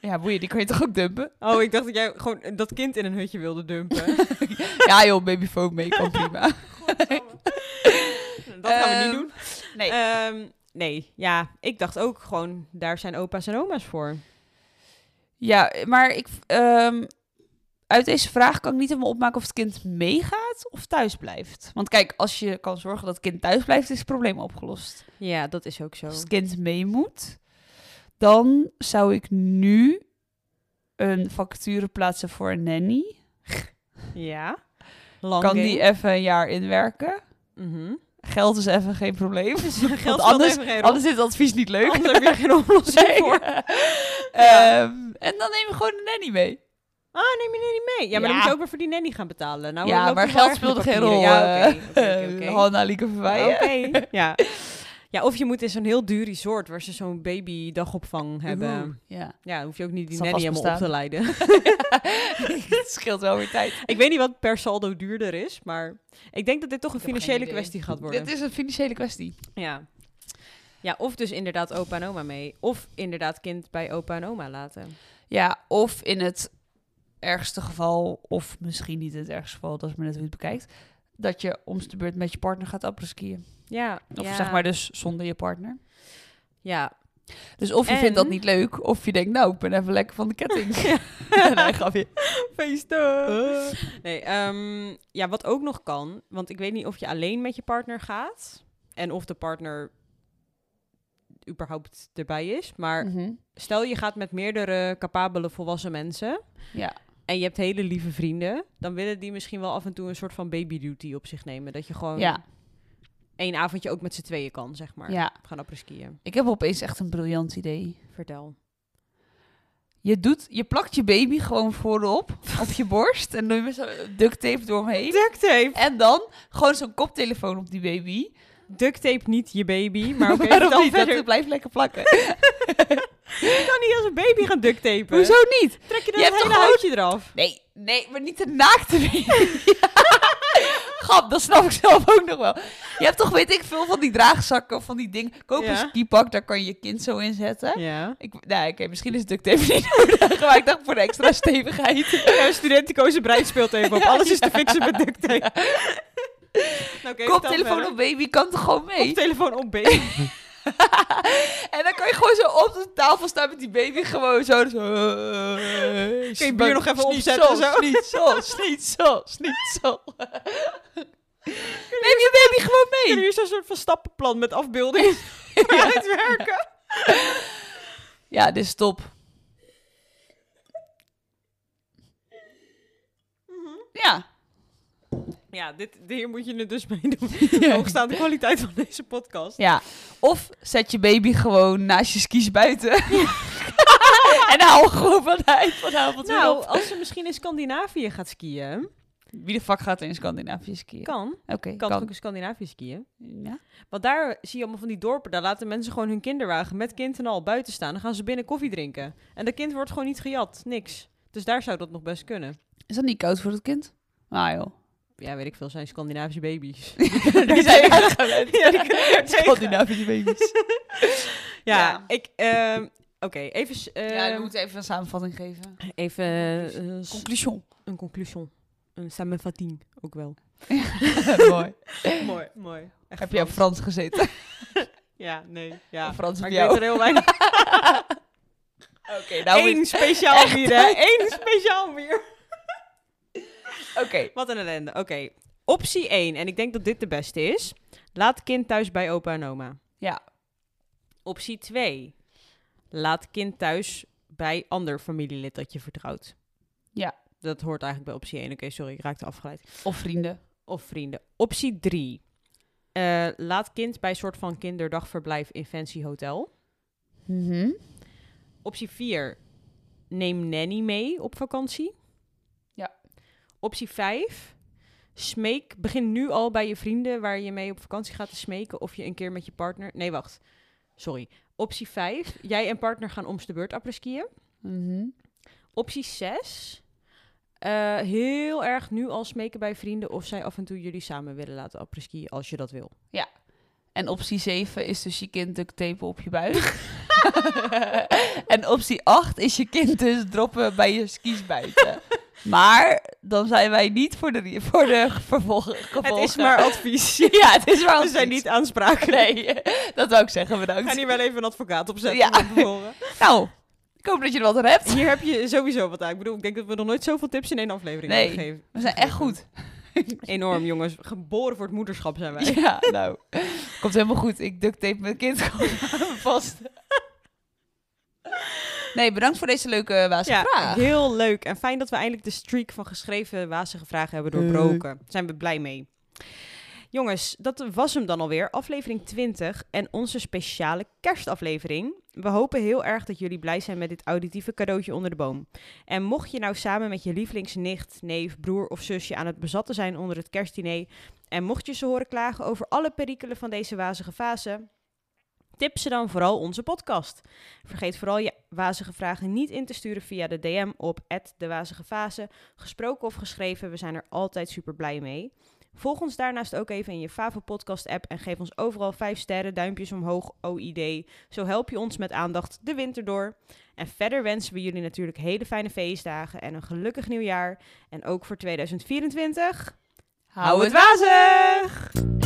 B: Ja, boeien, die kan je toch ook dumpen?
A: Oh, ik dacht dat jij gewoon dat kind in een hutje wilde dumpen.
B: Ja joh, babyfoon mee, kan prima.
A: dat gaan we niet
B: Ehm,
A: doen.
B: Nee.
A: Ehm, nee, ja, ik dacht ook gewoon, daar zijn opa's en oma's voor.
B: Ja, maar ik, ehm, uit deze vraag kan ik niet helemaal opmaken of het kind meegaat of thuis blijft. Want kijk, als je kan zorgen dat het kind thuis blijft, is het probleem opgelost.
A: Ja, dat is ook zo.
B: Als het kind mee moet, dan zou ik nu een vacature plaatsen voor een nanny.
A: Ja. Lang
B: Kan die even een jaar inwerken?
A: Mhm.
B: Geld is even geen probleem.
A: Geld
B: Want
A: speelt
B: anders,
A: even geen rol.
B: anders is het advies niet leuk.
A: Anders heb je geen oplossing
B: Nee.
A: voor.
B: Ehm, en dan neem je gewoon een nanny mee.
A: Ah, neem je nanny mee? Ja, maar
B: Ja.
A: dan moet je ook weer voor die nanny gaan betalen. Nou, dan
B: ja,
A: loopt
B: maar
A: het wel
B: geld
A: erg in de
B: speelde geen
A: papieren.
B: rol.
A: Ja,
B: eh,
A: oké, oké, oké, oké.
B: Hanna, Lieke Verweijen.
A: Oké, ja. Ja, of je moet in zo'n heel duur resort waar ze zo'n baby dagopvang hebben.
B: Oeh, Ja.
A: Ja, dan hoef je ook niet die
B: Zal
A: nanny
B: vast
A: helemaal op te leiden.
B: Het scheelt wel weer tijd.
A: ik weet niet wat per saldo duurder is, maar ik denk dat dit toch een
B: Ik heb geen
A: financiële
B: idee.
A: kwestie gaat worden.
B: Dit is een financiële kwestie.
A: Ja. Ja, of dus inderdaad opa en oma mee. Of inderdaad kind bij opa en oma laten.
B: Ja, of in het ergste geval, of misschien niet het ergste geval, dat is maar net hoe je het bekijkt, dat je om de beurt met je partner gaat appreskiën.
A: Ja,
B: Of
A: ja.
B: zeg maar dus zonder je partner.
A: Ja,
B: Dus of je
A: En-
B: vindt dat niet leuk, of je denkt, nou, ik ben even lekker van de ketting. nee, grapje. Eh.
A: feesten. Nee, ehm, ja, wat ook nog kan, want ik weet niet of je alleen met je partner gaat en of de partner überhaupt erbij is. Maar
B: Mhm.
A: stel je gaat met meerdere capabele volwassen mensen
B: Ja.
A: en je hebt hele lieve vrienden, dan willen die misschien wel af en toe een soort van baby duty op zich nemen. Dat je gewoon
B: Oh, ja,
A: één avondje ook met z'n tweeën kan, zeg maar. nou
B: ja.
A: Gaan appreskiën.
B: Ik heb opeens echt een briljant idee.
A: Vertel.
B: Je, doet, je plakt je baby gewoon voorop op je borst en doe je met zo'n duct tape doorheen.
A: Duct tape.
B: En dan gewoon zo'n koptelefoon op die baby.
A: Duct tape niet je baby, maar oké,
B: Waarom
A: vertel
B: niet?
A: verder.
B: Dat blijft lekker plakken.
A: Je kan niet als een baby gaan duct tapen.
B: Hoezo niet?
A: Trek je
B: Je
A: dan
B: hebt
A: het
B: toch
A: hele houtje eraf?
B: Nee, nee, maar niet de naakte baby. Grap, dat snap ik zelf ook nog wel. Je hebt toch, weet ik veel, van die draagzakken of van die dingen. Koop
A: Ja.
B: een skipak, daar kan je je kind zo in zetten.
A: Ja.
B: Ik, nou, oké, misschien is duct tape niet nodig, maar ik dacht voor de extra stevigheid.
A: Ja, studenten kozen breid speelt even op. Alles is te
B: Ja.
A: fixen met duct tape. Nou, oké, vertel
B: Koptelefoon
A: verder.
B: op baby kan toch gewoon mee?
A: Koptelefoon op baby.
B: En dan kan je gewoon zo op de tafel staan met die baby gewoon zo. zo eh, Kun
A: je bier nog even opzetten en
B: zo?
A: zo?
B: Sniet zo, sniet zo, sniet zo. Neem je baby gewoon
A: En
B: mee.
A: hier is een soort van stappenplan met afbeeldingen. Ja. Uitwerken.
B: Ja, dit is top. Ja.
A: Ja, dit, hier moet je het dus mee doen. De hoogstaande kwaliteit van deze podcast.
B: ja. Of zet je baby gewoon naast je skis buiten. en haal gewoon vanuit vanavond weer
A: Nou,
B: op.
A: als ze misschien in Scandinavië gaat skiën,
B: Wie de fuck gaat er in Scandinavië skiën?
A: kan.
B: Oké,
A: Kan, toch ook
B: kan.
A: in Scandinavië skiën?
B: Ja.
A: Want daar zie je allemaal van die dorpen. Daar laten mensen gewoon hun kinderwagen met kind en al buiten staan. Dan gaan ze binnen koffie drinken. En dat kind wordt gewoon niet gejat. Niks. Dus daar zou dat nog best kunnen.
B: Is dat niet koud voor het kind? Nou joh.
A: Ja, weet ik veel. Zijn Scandinavische baby's.
B: Die zijn aangewend.
A: Ja, die kunnen er tegen.
B: Scandinavische baby's.
A: Ja,
B: Ja.
A: ik... ehm, Oké, even... s- ehm,
B: ja, we moeten even een samenvatting geven.
A: Even eh, s-
B: Conclusion.
A: een conclusion. Een samenvatting ook wel.
B: Mooi.
A: mooi, mooi. Echt
B: Heb je op Frans gezeten?
A: Ja, nee. Ja.
B: Frans
A: Maar
B: op
A: ik weet er
B: jou.
A: heel weinig.
B: Oké, nou
A: Eén speciaal bier, hè. Eén speciaal bier.
B: Oké.
A: Wat een ellende. Oké. Optie 1, en ik denk dat dit de beste is. Laat kind thuis bij opa en oma.
B: Ja.
A: Optie 2. Laat kind thuis bij ander familielid dat je vertrouwt.
B: Ja.
A: Dat hoort eigenlijk bij optie 1. Oké, sorry, ik raakte afgeleid.
B: Of vrienden.
A: Of vrienden. Optie 3. laat kind bij soort van kinderdagverblijf in fancy hotel.
B: Mhm.
A: Optie 4. Neem nanny mee op vakantie.
B: Ja.
A: Optie 5. Smeek. Begin nu al bij je vrienden waar je mee op vakantie gaat te smeken. Of je een keer met je partner. Nee, wacht. Sorry. Optie 5. Jij en partner gaan om de beurt appreskiën.
B: Mhm.
A: Optie 6. eh, heel erg nu al smeken bij vrienden of zij af en toe jullie samen willen laten appreskiën als je dat wil.
B: En optie 7 is dus je kind duct tapen op je buik. en optie 8 is je kind dus droppen bij je skis buiten. Maar dan zijn wij niet voor de, ri- voor de vervolgen. gevolgen.
A: advies.
B: Ja, het is maar
A: We zijn
B: advies.
A: niet aansprakelijk.
B: Nee, dat wou ik zeggen,
A: Ga
B: bedankt.
A: hier wel even een advocaat opzetten.
B: Ja.
A: Ja. Voor
B: Nou, ik hoop dat je er wat aan hebt.
A: Hier heb je sowieso wat aan. Ik bedoel, ik denk dat we nog nooit zoveel tips in één aflevering
B: Nee.
A: hebben gegeven.
B: We zijn echt goed.
A: Enorm, jongens. Geboren voor het moederschap zijn wij.
B: Ja, nou. Komt helemaal goed. Ik duct tape mijn kind gewoon vast. Nee, bedankt voor deze leuke wazen vraag.
A: heel leuk. En fijn dat we eindelijk de streak van geschreven wazige vragen hebben doorbroken. Zijn we blij mee. Jongens, dat was hem dan alweer. Aflevering 20 en onze speciale kerstaflevering. We hopen heel erg dat jullie blij zijn met dit auditieve cadeautje onder de boom. En mocht je nou samen met je lievelingsnicht, neef, broer of zusje aan het bezatten zijn onder het kerstdiner... en mocht je ze horen klagen over alle perikelen van deze wazige fase... tip ze dan vooral onze podcast. Vergeet vooral je wazige vragen niet in te sturen via de DM op de wazige fase. Gesproken of geschreven, we zijn er altijd super blij mee. Volg ons daarnaast ook even in je Favo Podcast app en geef ons overal 5 sterren, duimpjes omhoog, OID. Zo help je ons met aandacht de winter door. En verder wensen we jullie natuurlijk hele fijne feestdagen en een gelukkig nieuwjaar. En ook voor 2024.
B: Hou het wazig!